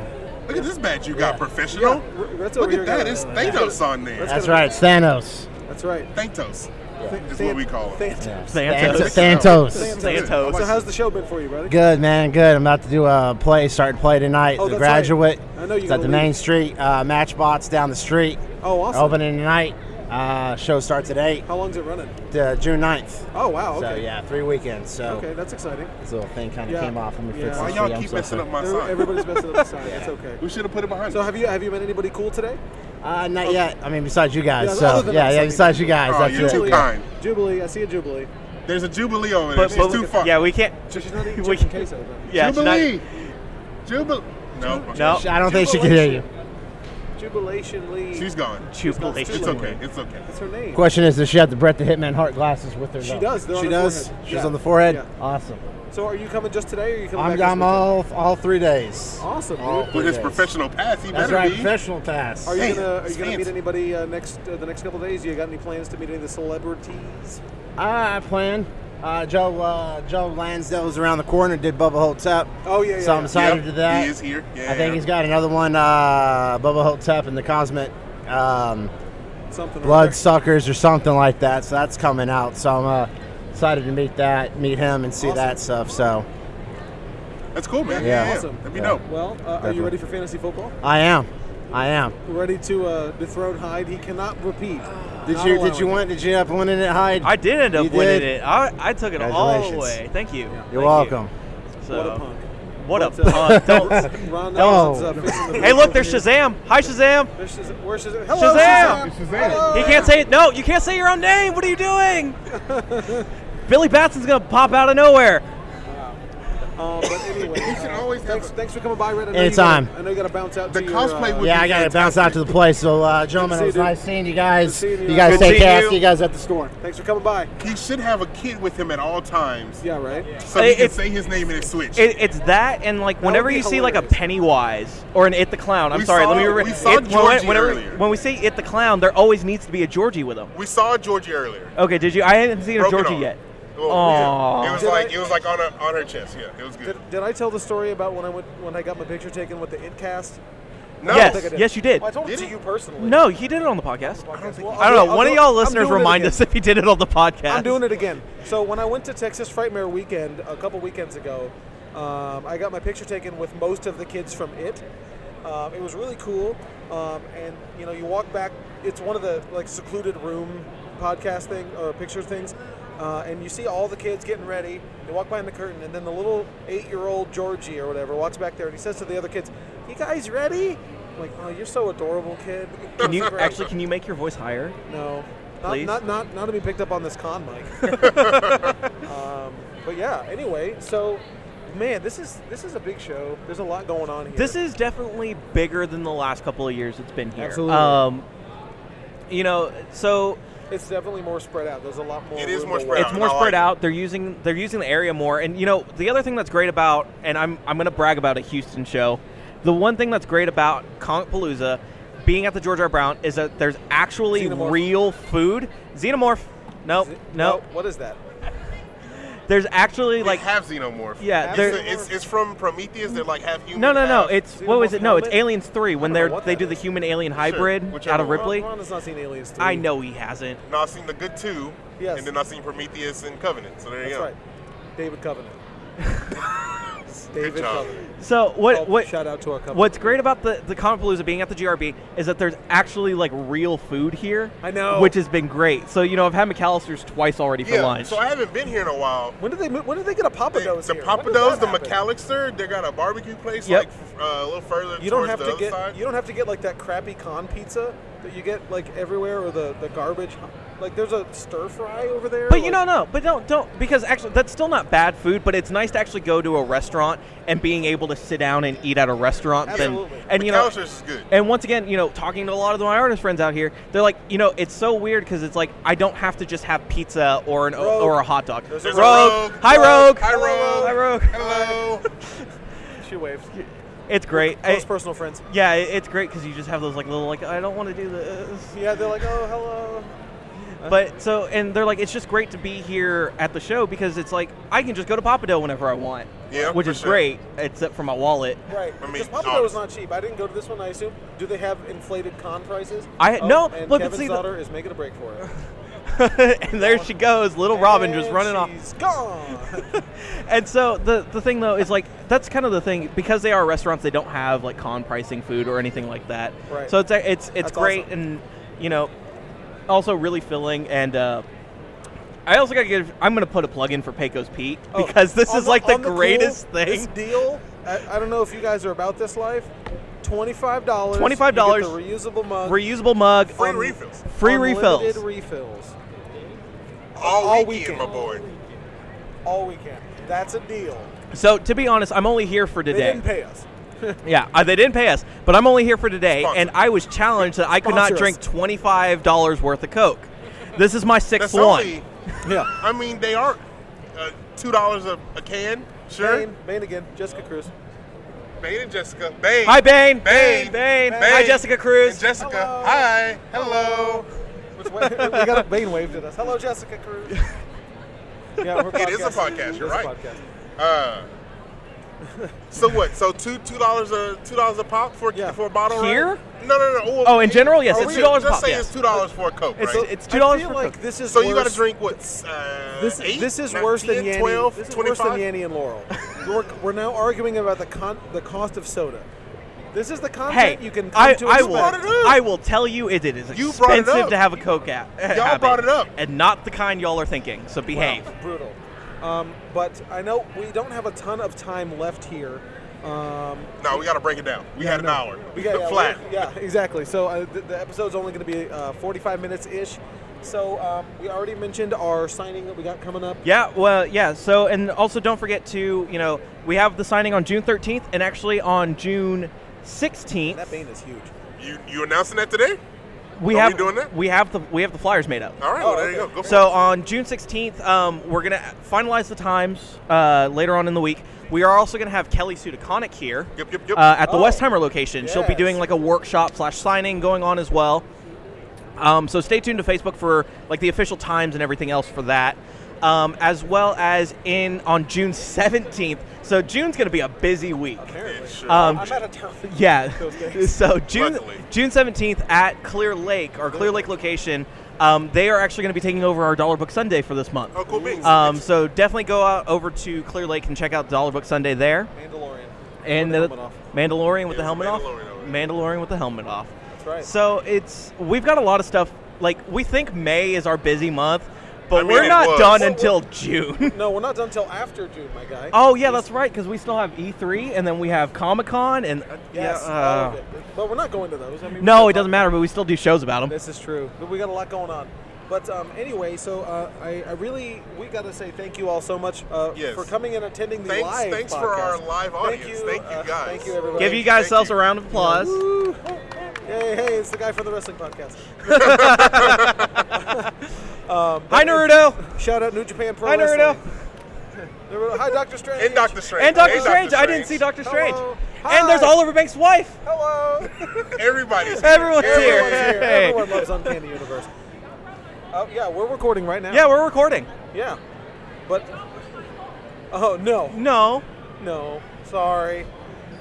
Speaker 2: Look at this badge you got, professional.
Speaker 1: Yeah, R- Rhett's over
Speaker 2: Look
Speaker 1: here.
Speaker 2: at that.
Speaker 1: guys.
Speaker 2: It's Thanos on there.
Speaker 9: That's right, Thanos.
Speaker 1: That's right.
Speaker 2: Thanos. That's
Speaker 1: Than-
Speaker 2: what we call it.
Speaker 1: Thantos.
Speaker 3: Santos.
Speaker 9: Thanos.
Speaker 3: Santos.
Speaker 1: So how's the show been for you, brother?
Speaker 9: Good man, good. I'm about to do a play, start play tonight.
Speaker 1: Oh,
Speaker 9: the
Speaker 1: that's right.
Speaker 9: graduate.
Speaker 1: I know you
Speaker 9: It's at
Speaker 1: gotta
Speaker 9: the main
Speaker 1: leave.
Speaker 9: street. Uh, Matchbots down the street.
Speaker 1: Oh, awesome.
Speaker 9: Opening tonight. Uh, show starts at eight,
Speaker 1: How long's it running?
Speaker 9: uh, June 9th.
Speaker 1: Oh wow. Okay.
Speaker 9: So yeah, three weekends. So
Speaker 1: Okay, that's exciting.
Speaker 9: this little thing kind of
Speaker 1: Yeah.
Speaker 9: came off. Let me
Speaker 1: Yeah.
Speaker 9: fix
Speaker 2: Why
Speaker 9: this. for you.
Speaker 2: y'all
Speaker 9: I'm
Speaker 2: keep
Speaker 9: so
Speaker 2: messing
Speaker 9: sorry.
Speaker 2: up my
Speaker 1: Every-
Speaker 2: sign?
Speaker 1: Everybody's messing up
Speaker 9: [LAUGHS]
Speaker 1: the sign. It's okay.
Speaker 2: We should have put it behind
Speaker 1: So
Speaker 2: us.
Speaker 1: have you have you met anybody cool today?
Speaker 9: Uh, not yet. I mean, besides you guys.
Speaker 1: Yeah, other
Speaker 9: so
Speaker 1: than
Speaker 9: yeah,
Speaker 1: us, I
Speaker 9: yeah,
Speaker 1: mean-
Speaker 9: besides you guys.
Speaker 2: Oh,
Speaker 9: that's
Speaker 2: you're
Speaker 9: it.
Speaker 2: too
Speaker 1: Jubilee.
Speaker 2: kind.
Speaker 1: Jubilee. I see a Jubilee.
Speaker 2: There's a Jubilee over there.
Speaker 3: But,
Speaker 2: She's
Speaker 3: but
Speaker 2: too far.
Speaker 3: yeah, we can't.
Speaker 1: She's
Speaker 9: [LAUGHS]
Speaker 1: not even
Speaker 3: We-
Speaker 1: chicken queso. though.
Speaker 3: Yeah, she's [LAUGHS] not-
Speaker 2: Jubilee. Jubilee. No.
Speaker 3: No.
Speaker 9: I don't think she can hear you.
Speaker 1: Jubilation Lee.
Speaker 2: She's gone.
Speaker 3: Jubilation.
Speaker 2: It's okay. It's okay.
Speaker 1: That's her name.
Speaker 9: Question is, does she have the Brett the Hitman Hart glasses with her?
Speaker 1: She
Speaker 9: though?
Speaker 1: does. They're on
Speaker 9: She
Speaker 1: her
Speaker 9: does.
Speaker 1: forehead.
Speaker 9: She's
Speaker 1: Yeah.
Speaker 9: on the forehead.
Speaker 1: Yeah.
Speaker 9: Awesome.
Speaker 1: So are you coming just today, or are you coming
Speaker 9: I'm,
Speaker 1: back?
Speaker 9: I'm
Speaker 1: this weekend?
Speaker 9: all all three days.
Speaker 1: Awesome, dude.
Speaker 9: All
Speaker 2: With his
Speaker 9: days.
Speaker 2: professional pass, he
Speaker 9: That's
Speaker 2: better
Speaker 9: right,
Speaker 2: be.
Speaker 9: professional pass.
Speaker 1: Are you
Speaker 2: Hey,
Speaker 1: gonna are
Speaker 2: it's
Speaker 1: you gonna meet
Speaker 2: fancy.
Speaker 1: anybody uh, next uh, the next couple days? You got any plans to meet any of the celebrities?
Speaker 9: I plan. Uh, Joe uh, Joe Lansdale was around the corner. Did Bubba Holt's up.
Speaker 1: Oh, yeah,
Speaker 9: So
Speaker 1: yeah,
Speaker 9: I'm
Speaker 1: yeah.
Speaker 9: excited
Speaker 2: Yep,
Speaker 9: to that.
Speaker 2: he is here. Yeah,
Speaker 9: I think
Speaker 2: yeah.
Speaker 9: he's got another one. Uh, Bubba Holt's up in the Cosmic. Um,
Speaker 1: Something. or other.
Speaker 9: bloodsuckers or something like that. So that's coming out. So I'm uh, excited to meet that, meet him, and see that stuff. So
Speaker 2: That's cool, man.
Speaker 9: Yeah.
Speaker 2: Yeah, yeah.
Speaker 9: Awesome.
Speaker 2: Let me
Speaker 9: Yeah.
Speaker 2: know.
Speaker 1: Well, uh, are
Speaker 9: Definitely.
Speaker 1: you ready for fantasy football?
Speaker 9: I am, I am.
Speaker 1: Ready to uh, dethrone Hyde? He cannot repeat.
Speaker 9: Did
Speaker 1: Not
Speaker 9: you did
Speaker 1: allowing
Speaker 9: you
Speaker 1: it.
Speaker 9: win? Did you end up winning it, Hyde?
Speaker 3: I did end up
Speaker 9: You
Speaker 3: winning
Speaker 9: did?
Speaker 3: it. I, I took it all the
Speaker 9: Congratulations.
Speaker 3: way. Thank you.
Speaker 9: You're
Speaker 3: Thank you.
Speaker 9: welcome.
Speaker 3: So,
Speaker 1: What a punk.
Speaker 3: Uh, What a
Speaker 1: But, uh, [LAUGHS]
Speaker 3: punk. Don't.
Speaker 1: Ron
Speaker 9: No.
Speaker 1: Nelson's, uh, fixing the
Speaker 3: Hey, look, there's
Speaker 1: there's
Speaker 3: Shazam. Hi, Shazam.
Speaker 1: There's Shazam. Where's Shazam? Hello,
Speaker 3: Shazam!
Speaker 1: Shazam!
Speaker 2: This is it.
Speaker 3: He can't say it. No, you can't say your own name. What are you doing?
Speaker 2: [LAUGHS]
Speaker 3: Billy Batson's gonna pop out of nowhere.
Speaker 1: Uh, but anyway,
Speaker 2: You should
Speaker 1: uh,
Speaker 2: always have
Speaker 1: thanks,
Speaker 2: a-
Speaker 1: thanks for coming by, Red. I know you
Speaker 9: Anytime.
Speaker 1: gotta- I know you got to bounce out
Speaker 2: The
Speaker 1: to
Speaker 2: cosplay
Speaker 1: your, uh,
Speaker 2: would-
Speaker 9: Yeah, I gotta bounce out to the place. So, uh, gentlemen,
Speaker 1: see
Speaker 9: it
Speaker 1: you,
Speaker 9: was
Speaker 1: dude.
Speaker 9: nice seeing you guys.
Speaker 1: Good seeing you.
Speaker 9: you guys
Speaker 1: Good
Speaker 9: take
Speaker 3: seeing
Speaker 9: care.
Speaker 3: you.
Speaker 9: See you guys at the store.
Speaker 1: Thanks for coming by.
Speaker 2: He should have a kid with him at all times,
Speaker 1: Yeah, right?
Speaker 2: so he
Speaker 3: It-
Speaker 2: can
Speaker 3: it-
Speaker 2: say his name and it switch.
Speaker 3: It, it's that, and like whenever
Speaker 1: would be
Speaker 3: you see like a
Speaker 1: hilarious.
Speaker 3: Pennywise or an It the Clown. I'm
Speaker 2: We
Speaker 3: sorry.
Speaker 2: saw-
Speaker 3: let me. Re-
Speaker 2: we saw
Speaker 3: it, when-
Speaker 2: Georgie
Speaker 3: whenever-
Speaker 2: earlier.
Speaker 3: When we say It the Clown, there always needs to be a Georgie with him.
Speaker 2: we saw Georgie earlier.
Speaker 3: Okay, did you? I haven't seen a
Speaker 2: Broken
Speaker 3: Georgie
Speaker 2: arm.
Speaker 3: yet.
Speaker 2: Well,
Speaker 3: Aw.
Speaker 2: It was
Speaker 1: Did
Speaker 2: like
Speaker 1: I-
Speaker 2: it was like on her on her chest. Yeah, it was good.
Speaker 1: Did, did I tell the story about when I went when I got my picture taken with the it cast?
Speaker 2: No,
Speaker 3: Yes.
Speaker 1: I think I did.
Speaker 3: you did.
Speaker 1: Well, I told it
Speaker 2: Did
Speaker 1: to
Speaker 2: he?
Speaker 1: you personally.
Speaker 3: No, he did it on the podcast.
Speaker 1: I don't,
Speaker 3: I don't know. One of y'all listeners remind us if he did it on the podcast.
Speaker 1: I'm doing it again. So when I went to Texas Frightmare Weekend a couple weekends ago, um, I got my picture taken with most of the kids from it. Um, it was really cool, um, and you know, you walk back. It's one of the like secluded room podcast thing or picture things, uh, and you see all the kids getting ready. They walk behind the curtain, and then the little eight-year-old Georgie or whatever walks back there, and he says to the other kids, "You guys ready?" I'm like, oh, you're so adorable, kid.
Speaker 3: Can you
Speaker 1: Great.
Speaker 3: actually? Can you make your voice higher?
Speaker 1: No.
Speaker 3: Please?
Speaker 1: Not, not, not, not to be picked up on this con mic.
Speaker 3: [LAUGHS]
Speaker 1: um, but yeah, anyway, so man, this is this is a big show. There's a lot going on here.
Speaker 3: This is definitely bigger than the last couple of years it's been here.
Speaker 1: Absolutely.
Speaker 3: Um, you know, so
Speaker 1: it's definitely more spread out. There's a lot more.
Speaker 2: It is
Speaker 1: room
Speaker 2: more
Speaker 1: to
Speaker 2: spread
Speaker 1: work.
Speaker 2: out.
Speaker 3: it's more
Speaker 2: I like
Speaker 3: spread
Speaker 2: it.
Speaker 3: out. They're using they're using the area more. And you know, the other thing that's great about and I'm I'm gonna brag about a Houston show. The one thing that's great about Comic Palooza being at the George R. Brown is that there's actually
Speaker 1: Xenomorph.
Speaker 3: real food. Xenomorph. No, no.
Speaker 1: What is that?
Speaker 3: There's actually like
Speaker 2: like have xenomorph.
Speaker 3: Yeah,
Speaker 2: it's,
Speaker 3: there-
Speaker 2: the- it's, it's from Prometheus. They're like half human.
Speaker 3: no, no, no.
Speaker 2: half-
Speaker 3: It's what was
Speaker 1: Xenomorph
Speaker 3: it? No, it's
Speaker 1: helmet?
Speaker 3: Aliens Three when
Speaker 1: I don't know
Speaker 3: they're
Speaker 1: what
Speaker 3: they
Speaker 1: that
Speaker 3: do the
Speaker 1: is.
Speaker 3: human alien hybrid
Speaker 2: whichever
Speaker 3: out of
Speaker 2: one.
Speaker 3: Ripley.
Speaker 1: Ron, Ron has not seen Aliens 3.
Speaker 3: I know he hasn't.
Speaker 2: No, I've seen the good two.
Speaker 1: Yes.
Speaker 2: And then I've seen Prometheus and Covenant. So there you
Speaker 1: That's
Speaker 2: go.
Speaker 1: right. David Covenant.
Speaker 2: Good
Speaker 1: David
Speaker 2: job.
Speaker 1: Covenant.
Speaker 3: So what?
Speaker 1: Oh,
Speaker 3: what?
Speaker 1: shout out to our company.
Speaker 3: What's great about the the Palooza being at the GRB is that there's actually like real food here.
Speaker 1: I know.
Speaker 3: which has been great. So you know, I've had McAllister's twice already for
Speaker 2: Yeah.
Speaker 3: lunch.
Speaker 2: So I haven't been here in a while.
Speaker 1: When did they mo- when did they get a
Speaker 2: They,
Speaker 1: Papados?
Speaker 2: the
Speaker 1: here? When did
Speaker 2: Papados,
Speaker 1: that
Speaker 2: the
Speaker 1: happen?
Speaker 2: McAllister, they got a barbecue place
Speaker 3: Yep.
Speaker 2: like f- uh, a little further
Speaker 1: You don't
Speaker 2: towards
Speaker 1: have
Speaker 2: the
Speaker 1: to
Speaker 2: other
Speaker 1: get
Speaker 2: side.
Speaker 1: you don't have to get like that crappy con pizza that you get like everywhere or the, the garbage. Like there's a stir fry over there.
Speaker 3: but you
Speaker 1: like-
Speaker 3: know, no, but don't don't because actually that's still not bad food. But it's nice to actually go to a restaurant and being able to sit down and eat at a restaurant. than-
Speaker 1: Absolutely.
Speaker 3: and you know,
Speaker 2: McAllister's is good.
Speaker 3: And once again, you know, talking to a lot of my artist friends out here, they're like, you know, it's so weird because it's like I don't have to just have pizza or an
Speaker 1: Rogue.
Speaker 3: or a hot dog.
Speaker 1: There's a
Speaker 2: There's a
Speaker 3: Rogue. hi Rogue,
Speaker 2: Hi Rogue.
Speaker 3: hi Rogue.
Speaker 2: Hello.
Speaker 1: she waves.
Speaker 3: It's great.
Speaker 1: Close
Speaker 3: I-
Speaker 1: personal friends.
Speaker 3: yeah, it- it's great because you just have those like little like I don't want to do this,
Speaker 1: Yeah, they're like, oh hello.
Speaker 3: but so and they're like, it's just great to be here at the show because it's like I can just go to Papa Dough whenever I want.
Speaker 2: Yeah,
Speaker 3: which
Speaker 2: for
Speaker 3: is
Speaker 2: sure.
Speaker 3: great, except for my wallet. [LAUGHS]
Speaker 1: Right.
Speaker 2: I mean,
Speaker 1: Because Papa was not cheap. I didn't go to this one. I assume. Do they have inflated con prices?
Speaker 3: I-
Speaker 1: Oh,
Speaker 3: no,
Speaker 1: And
Speaker 3: look,
Speaker 1: Kevin's
Speaker 3: see the-
Speaker 1: daughter is making a break for it.
Speaker 3: and there she goes, little [LAUGHS] Robin just
Speaker 1: And
Speaker 3: running off.
Speaker 1: She's gone.
Speaker 3: And so the the thing though is like that's kind of the thing because they are restaurants they don't have like con pricing food or anything like that.
Speaker 1: Right.
Speaker 3: So it's it's it's
Speaker 1: That's
Speaker 3: great
Speaker 1: awesome.
Speaker 3: and you know also really filling and uh, I also got to give I'm going to put a plug in for Pecos Pete
Speaker 1: Oh,
Speaker 3: because this
Speaker 1: on
Speaker 3: is like the,
Speaker 1: on cool,
Speaker 3: greatest
Speaker 1: This
Speaker 3: thing.
Speaker 1: deal. I, I don't know if you guys are about this life. Twenty-five dollars.
Speaker 3: $25.
Speaker 1: Reusable mug.
Speaker 3: Reusable mug,
Speaker 2: Free
Speaker 3: um,
Speaker 2: refills.
Speaker 3: free
Speaker 1: Unlimited
Speaker 3: refills.
Speaker 1: refills
Speaker 2: All,
Speaker 1: All
Speaker 2: weekend,
Speaker 1: weekend.
Speaker 2: my boy.
Speaker 1: all weekend. That's a deal.
Speaker 3: so to be honest, I'm only here for
Speaker 1: They
Speaker 3: today.
Speaker 1: didn't
Speaker 3: [LAUGHS]
Speaker 1: pay us.
Speaker 3: Yeah, uh, they didn't pay us, but I'm only here for today,
Speaker 2: Sponsor.
Speaker 3: and I was challenged that I could not
Speaker 1: Sponsor
Speaker 3: drink
Speaker 1: us.
Speaker 3: twenty five dollars worth of Coke. This is my sixth
Speaker 2: That's
Speaker 3: one.
Speaker 2: only.
Speaker 1: Yeah.
Speaker 2: I mean, they are uh, two dollars a a can. Sure.
Speaker 1: Maine, Maine again. Jessica Cruz. [LAUGHS]
Speaker 2: Bane and Jessica. Bane.
Speaker 3: Hi, Bane.
Speaker 2: Bane.
Speaker 3: Bane. Hi, Jessica Cruz.
Speaker 2: And Jessica.
Speaker 1: Hello.
Speaker 2: Hi. Hello.
Speaker 1: Which way- we got a Maine waved at us. Hello, Jessica
Speaker 3: [LAUGHS]
Speaker 1: Cruz. Yeah, we're
Speaker 2: It is a
Speaker 1: podcasting.
Speaker 2: podcast,
Speaker 1: It
Speaker 2: you're
Speaker 1: is a
Speaker 2: right.
Speaker 1: podcast.
Speaker 2: Uh, so what? So two two dollars a two dollars a pop for
Speaker 1: Yeah.
Speaker 2: for a bottle.
Speaker 3: Here?
Speaker 2: Right? No, no, no.
Speaker 3: Oh, in general, yes,
Speaker 2: are
Speaker 3: it's
Speaker 2: we-
Speaker 3: $2
Speaker 2: Let's
Speaker 3: pop,
Speaker 2: say
Speaker 3: yes.
Speaker 2: it's two dollars for a coke,
Speaker 3: It's,
Speaker 2: right?
Speaker 3: it's two dollars
Speaker 1: I
Speaker 3: for
Speaker 1: feel
Speaker 3: Coke.
Speaker 1: like this is
Speaker 2: [LAUGHS] so
Speaker 1: worse.
Speaker 2: you got to drink what? Uh,
Speaker 1: This,
Speaker 2: eight,
Speaker 1: this is
Speaker 2: nine,
Speaker 1: worse
Speaker 2: 10,
Speaker 1: than Yanny.
Speaker 2: 12,
Speaker 1: this is
Speaker 2: 25?
Speaker 1: worse than Yanny and Laurel. we're, we're now arguing about the con- the cost of soda. This is the
Speaker 3: Hey,
Speaker 1: content you can come
Speaker 3: I,
Speaker 1: to
Speaker 3: I
Speaker 1: expect.
Speaker 3: will.
Speaker 2: brought it up.
Speaker 3: I will tell you, it, it is
Speaker 2: You brought it
Speaker 3: expensive
Speaker 2: up.
Speaker 3: to have a Coke app.
Speaker 2: Y'all brought it up.
Speaker 3: and not the kind y'all are thinking. So behave.
Speaker 1: Wow, brutal. Um, but I know we don't have a ton of time left here. Um,
Speaker 2: No, we got to break it down. We had an hour.
Speaker 1: we got yeah,
Speaker 2: flat.
Speaker 1: we- Yeah, exactly. So uh, the, the episode's only going to be uh, 45 minutes ish. So um, we already mentioned our signing that we got coming up.
Speaker 3: Yeah, well, yeah. So, and also don't forget to, you know, we have the signing on June 13th, and actually on June 16th,
Speaker 1: That band is huge.
Speaker 2: You you announcing that today?
Speaker 3: we
Speaker 2: Are we
Speaker 3: have
Speaker 2: doing that?
Speaker 3: we have the we have the flyers made up.
Speaker 2: All right. well, there you go. Go for
Speaker 3: Oh, So
Speaker 2: it.
Speaker 3: on June 16th, um, we're gonna finalize the times uh, later on in the week. We are also gonna have Kelly Sudaconic here
Speaker 2: Yep, yep, yep.
Speaker 3: uh, at the
Speaker 1: Oh.
Speaker 3: Westheimer location. She'll be
Speaker 1: Yes.
Speaker 3: doing like a workshop slash signing going on as well. Um, so stay tuned to Facebook for like the official times and everything else for that, um, as well as in on June 17th. So June's gonna be a busy week.
Speaker 1: Apparently.
Speaker 2: Sure.
Speaker 3: Um,
Speaker 1: I'm out of town.
Speaker 3: yeah.
Speaker 1: [LAUGHS] Those days.
Speaker 3: [LAUGHS] So June
Speaker 2: Luckily.
Speaker 3: June seventeenth at Clear Lake, our Clear Lake location. Um, they are actually going to be taking over our Dollar Book Sunday for this month.
Speaker 2: oh, cool beans.
Speaker 3: Um, so definitely go out over to Clear Lake and check out Dollar Book Sunday there.
Speaker 1: Mandalorian.
Speaker 3: And
Speaker 1: With
Speaker 3: the,
Speaker 1: the helmet off.
Speaker 3: Mandalorian with
Speaker 2: Yeah,
Speaker 3: the helmet off.
Speaker 2: Mandalorian over there.
Speaker 3: Mandalorian with the helmet off.
Speaker 1: That's right.
Speaker 3: So it's we've got a lot of stuff. Like we think May is our busy month, but
Speaker 2: I mean,
Speaker 3: we're
Speaker 2: it
Speaker 3: not
Speaker 2: was.
Speaker 3: done
Speaker 2: Well,
Speaker 3: until June. [LAUGHS]
Speaker 1: No, we're not done till after June, my guy.
Speaker 3: oh yeah, that's right, because we still have E3 and then we have Comic Con and
Speaker 1: yes,
Speaker 3: yeah, uh,
Speaker 1: all of it. But we're not going to those. I mean,
Speaker 3: No,
Speaker 1: we're
Speaker 3: it doesn't matter, but we still do shows about them.
Speaker 1: This is true. But we got a lot going on. But um, anyway, so uh, I, I really we got to say thank you all so much uh,
Speaker 2: Yes.
Speaker 1: for coming and attending the
Speaker 2: Thanks-
Speaker 1: live.
Speaker 2: thanks for our
Speaker 1: podcast.
Speaker 2: live
Speaker 1: Thank
Speaker 2: audience.
Speaker 1: you,
Speaker 2: Thank you
Speaker 1: uh,
Speaker 2: guys.
Speaker 1: Thank you everybody.
Speaker 3: Give you guys
Speaker 2: Thank
Speaker 3: selves
Speaker 2: you.
Speaker 3: a round of applause.
Speaker 1: Hey, hey, it's the guy from the wrestling podcast.
Speaker 3: Hi, Naruto.
Speaker 1: Shout out New Japan Pro
Speaker 3: Hi, Naruto.
Speaker 1: Wrestling. Naruto. Hi, Doctor Strange.
Speaker 2: and Doctor Strange.
Speaker 3: And Doctor Strange. I didn't see Doctor Strange.
Speaker 1: Hello.
Speaker 3: And there's
Speaker 1: Hi.
Speaker 3: Oliver Banks' wife.
Speaker 1: Hello.
Speaker 2: Everybody's here.
Speaker 3: Everyone's here.
Speaker 1: Everyone's here.
Speaker 3: Hey.
Speaker 1: Everyone loves Uncanny Universe. Oh yeah, we're recording right now.
Speaker 3: Yeah, we're recording.
Speaker 1: yeah. But oh no,
Speaker 3: No.
Speaker 1: no, sorry.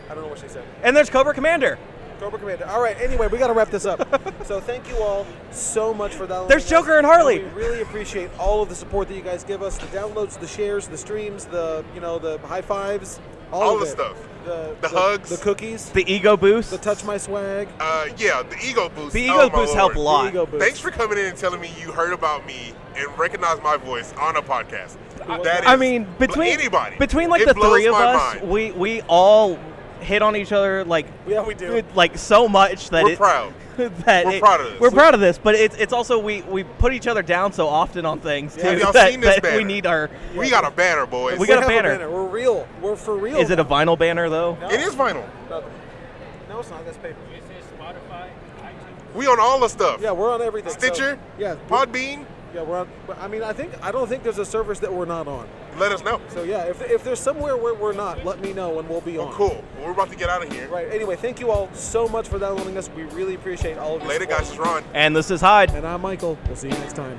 Speaker 1: I don't know what she said.
Speaker 3: And there's Cobra Commander.
Speaker 1: Cobra Commander. All right. Anyway, we got to wrap
Speaker 3: [LAUGHS]
Speaker 1: this up. so thank you all so much for downloading.
Speaker 3: There's
Speaker 1: us.
Speaker 3: Joker and Harley.
Speaker 1: We really appreciate all of the support that you guys give us. The downloads, the shares, the streams, the you know the high fives, all,
Speaker 2: All
Speaker 1: of
Speaker 2: the
Speaker 1: it.
Speaker 2: stuff.
Speaker 1: The,
Speaker 2: The hugs.
Speaker 1: the cookies,
Speaker 3: The ego boost.
Speaker 1: the touch my swag,
Speaker 2: Uh, yeah, the ego boost.
Speaker 3: The
Speaker 2: oh,
Speaker 3: ego
Speaker 2: my
Speaker 3: boosts help a
Speaker 2: Lord.
Speaker 1: the
Speaker 3: lot.
Speaker 1: ego boost.
Speaker 2: Thanks for coming in and telling me you heard about me and recognized my voice on a podcast. That is
Speaker 3: I mean, between
Speaker 2: anybody,
Speaker 3: between like
Speaker 2: It
Speaker 3: the
Speaker 2: blows
Speaker 3: three of
Speaker 2: my
Speaker 3: us,
Speaker 2: mind.
Speaker 3: we we all hit on each other like
Speaker 1: Yeah, we do.
Speaker 3: good, like so much that
Speaker 2: We're
Speaker 3: it,
Speaker 2: proud.
Speaker 3: [LAUGHS] that
Speaker 2: We're
Speaker 3: it-
Speaker 2: proud of this.
Speaker 3: We're proud of this, but it's it's also we we put each other down so often on things too
Speaker 2: have y'all
Speaker 3: that,
Speaker 2: seen this
Speaker 3: that we
Speaker 2: banner?
Speaker 3: need our.
Speaker 2: we got a banner, boys.
Speaker 3: We got a
Speaker 1: have
Speaker 3: banner.
Speaker 1: We're real. We're for real.
Speaker 3: Is it a vinyl banner though?
Speaker 2: it is vinyl.
Speaker 1: No, no, it's not. That's paper.
Speaker 2: We on all the stuff.
Speaker 1: Yeah, we're on everything. So,
Speaker 2: Stitcher.
Speaker 1: yeah.
Speaker 2: Podbean.
Speaker 1: Yeah, we're on. but, I mean, I think I don't think there's a service that we're not on.
Speaker 2: Let us know.
Speaker 1: So yeah, if, if there's somewhere where we're not, let me know and we'll be on.
Speaker 2: Oh, Cool. Well, we're about to get out of here.
Speaker 1: Right. Anyway, thank you all so much for downloading us. We really appreciate all of you.
Speaker 2: Later, guys. It's Ron.
Speaker 3: And this is Hyde.
Speaker 1: And I'm Michael. We'll see you next time.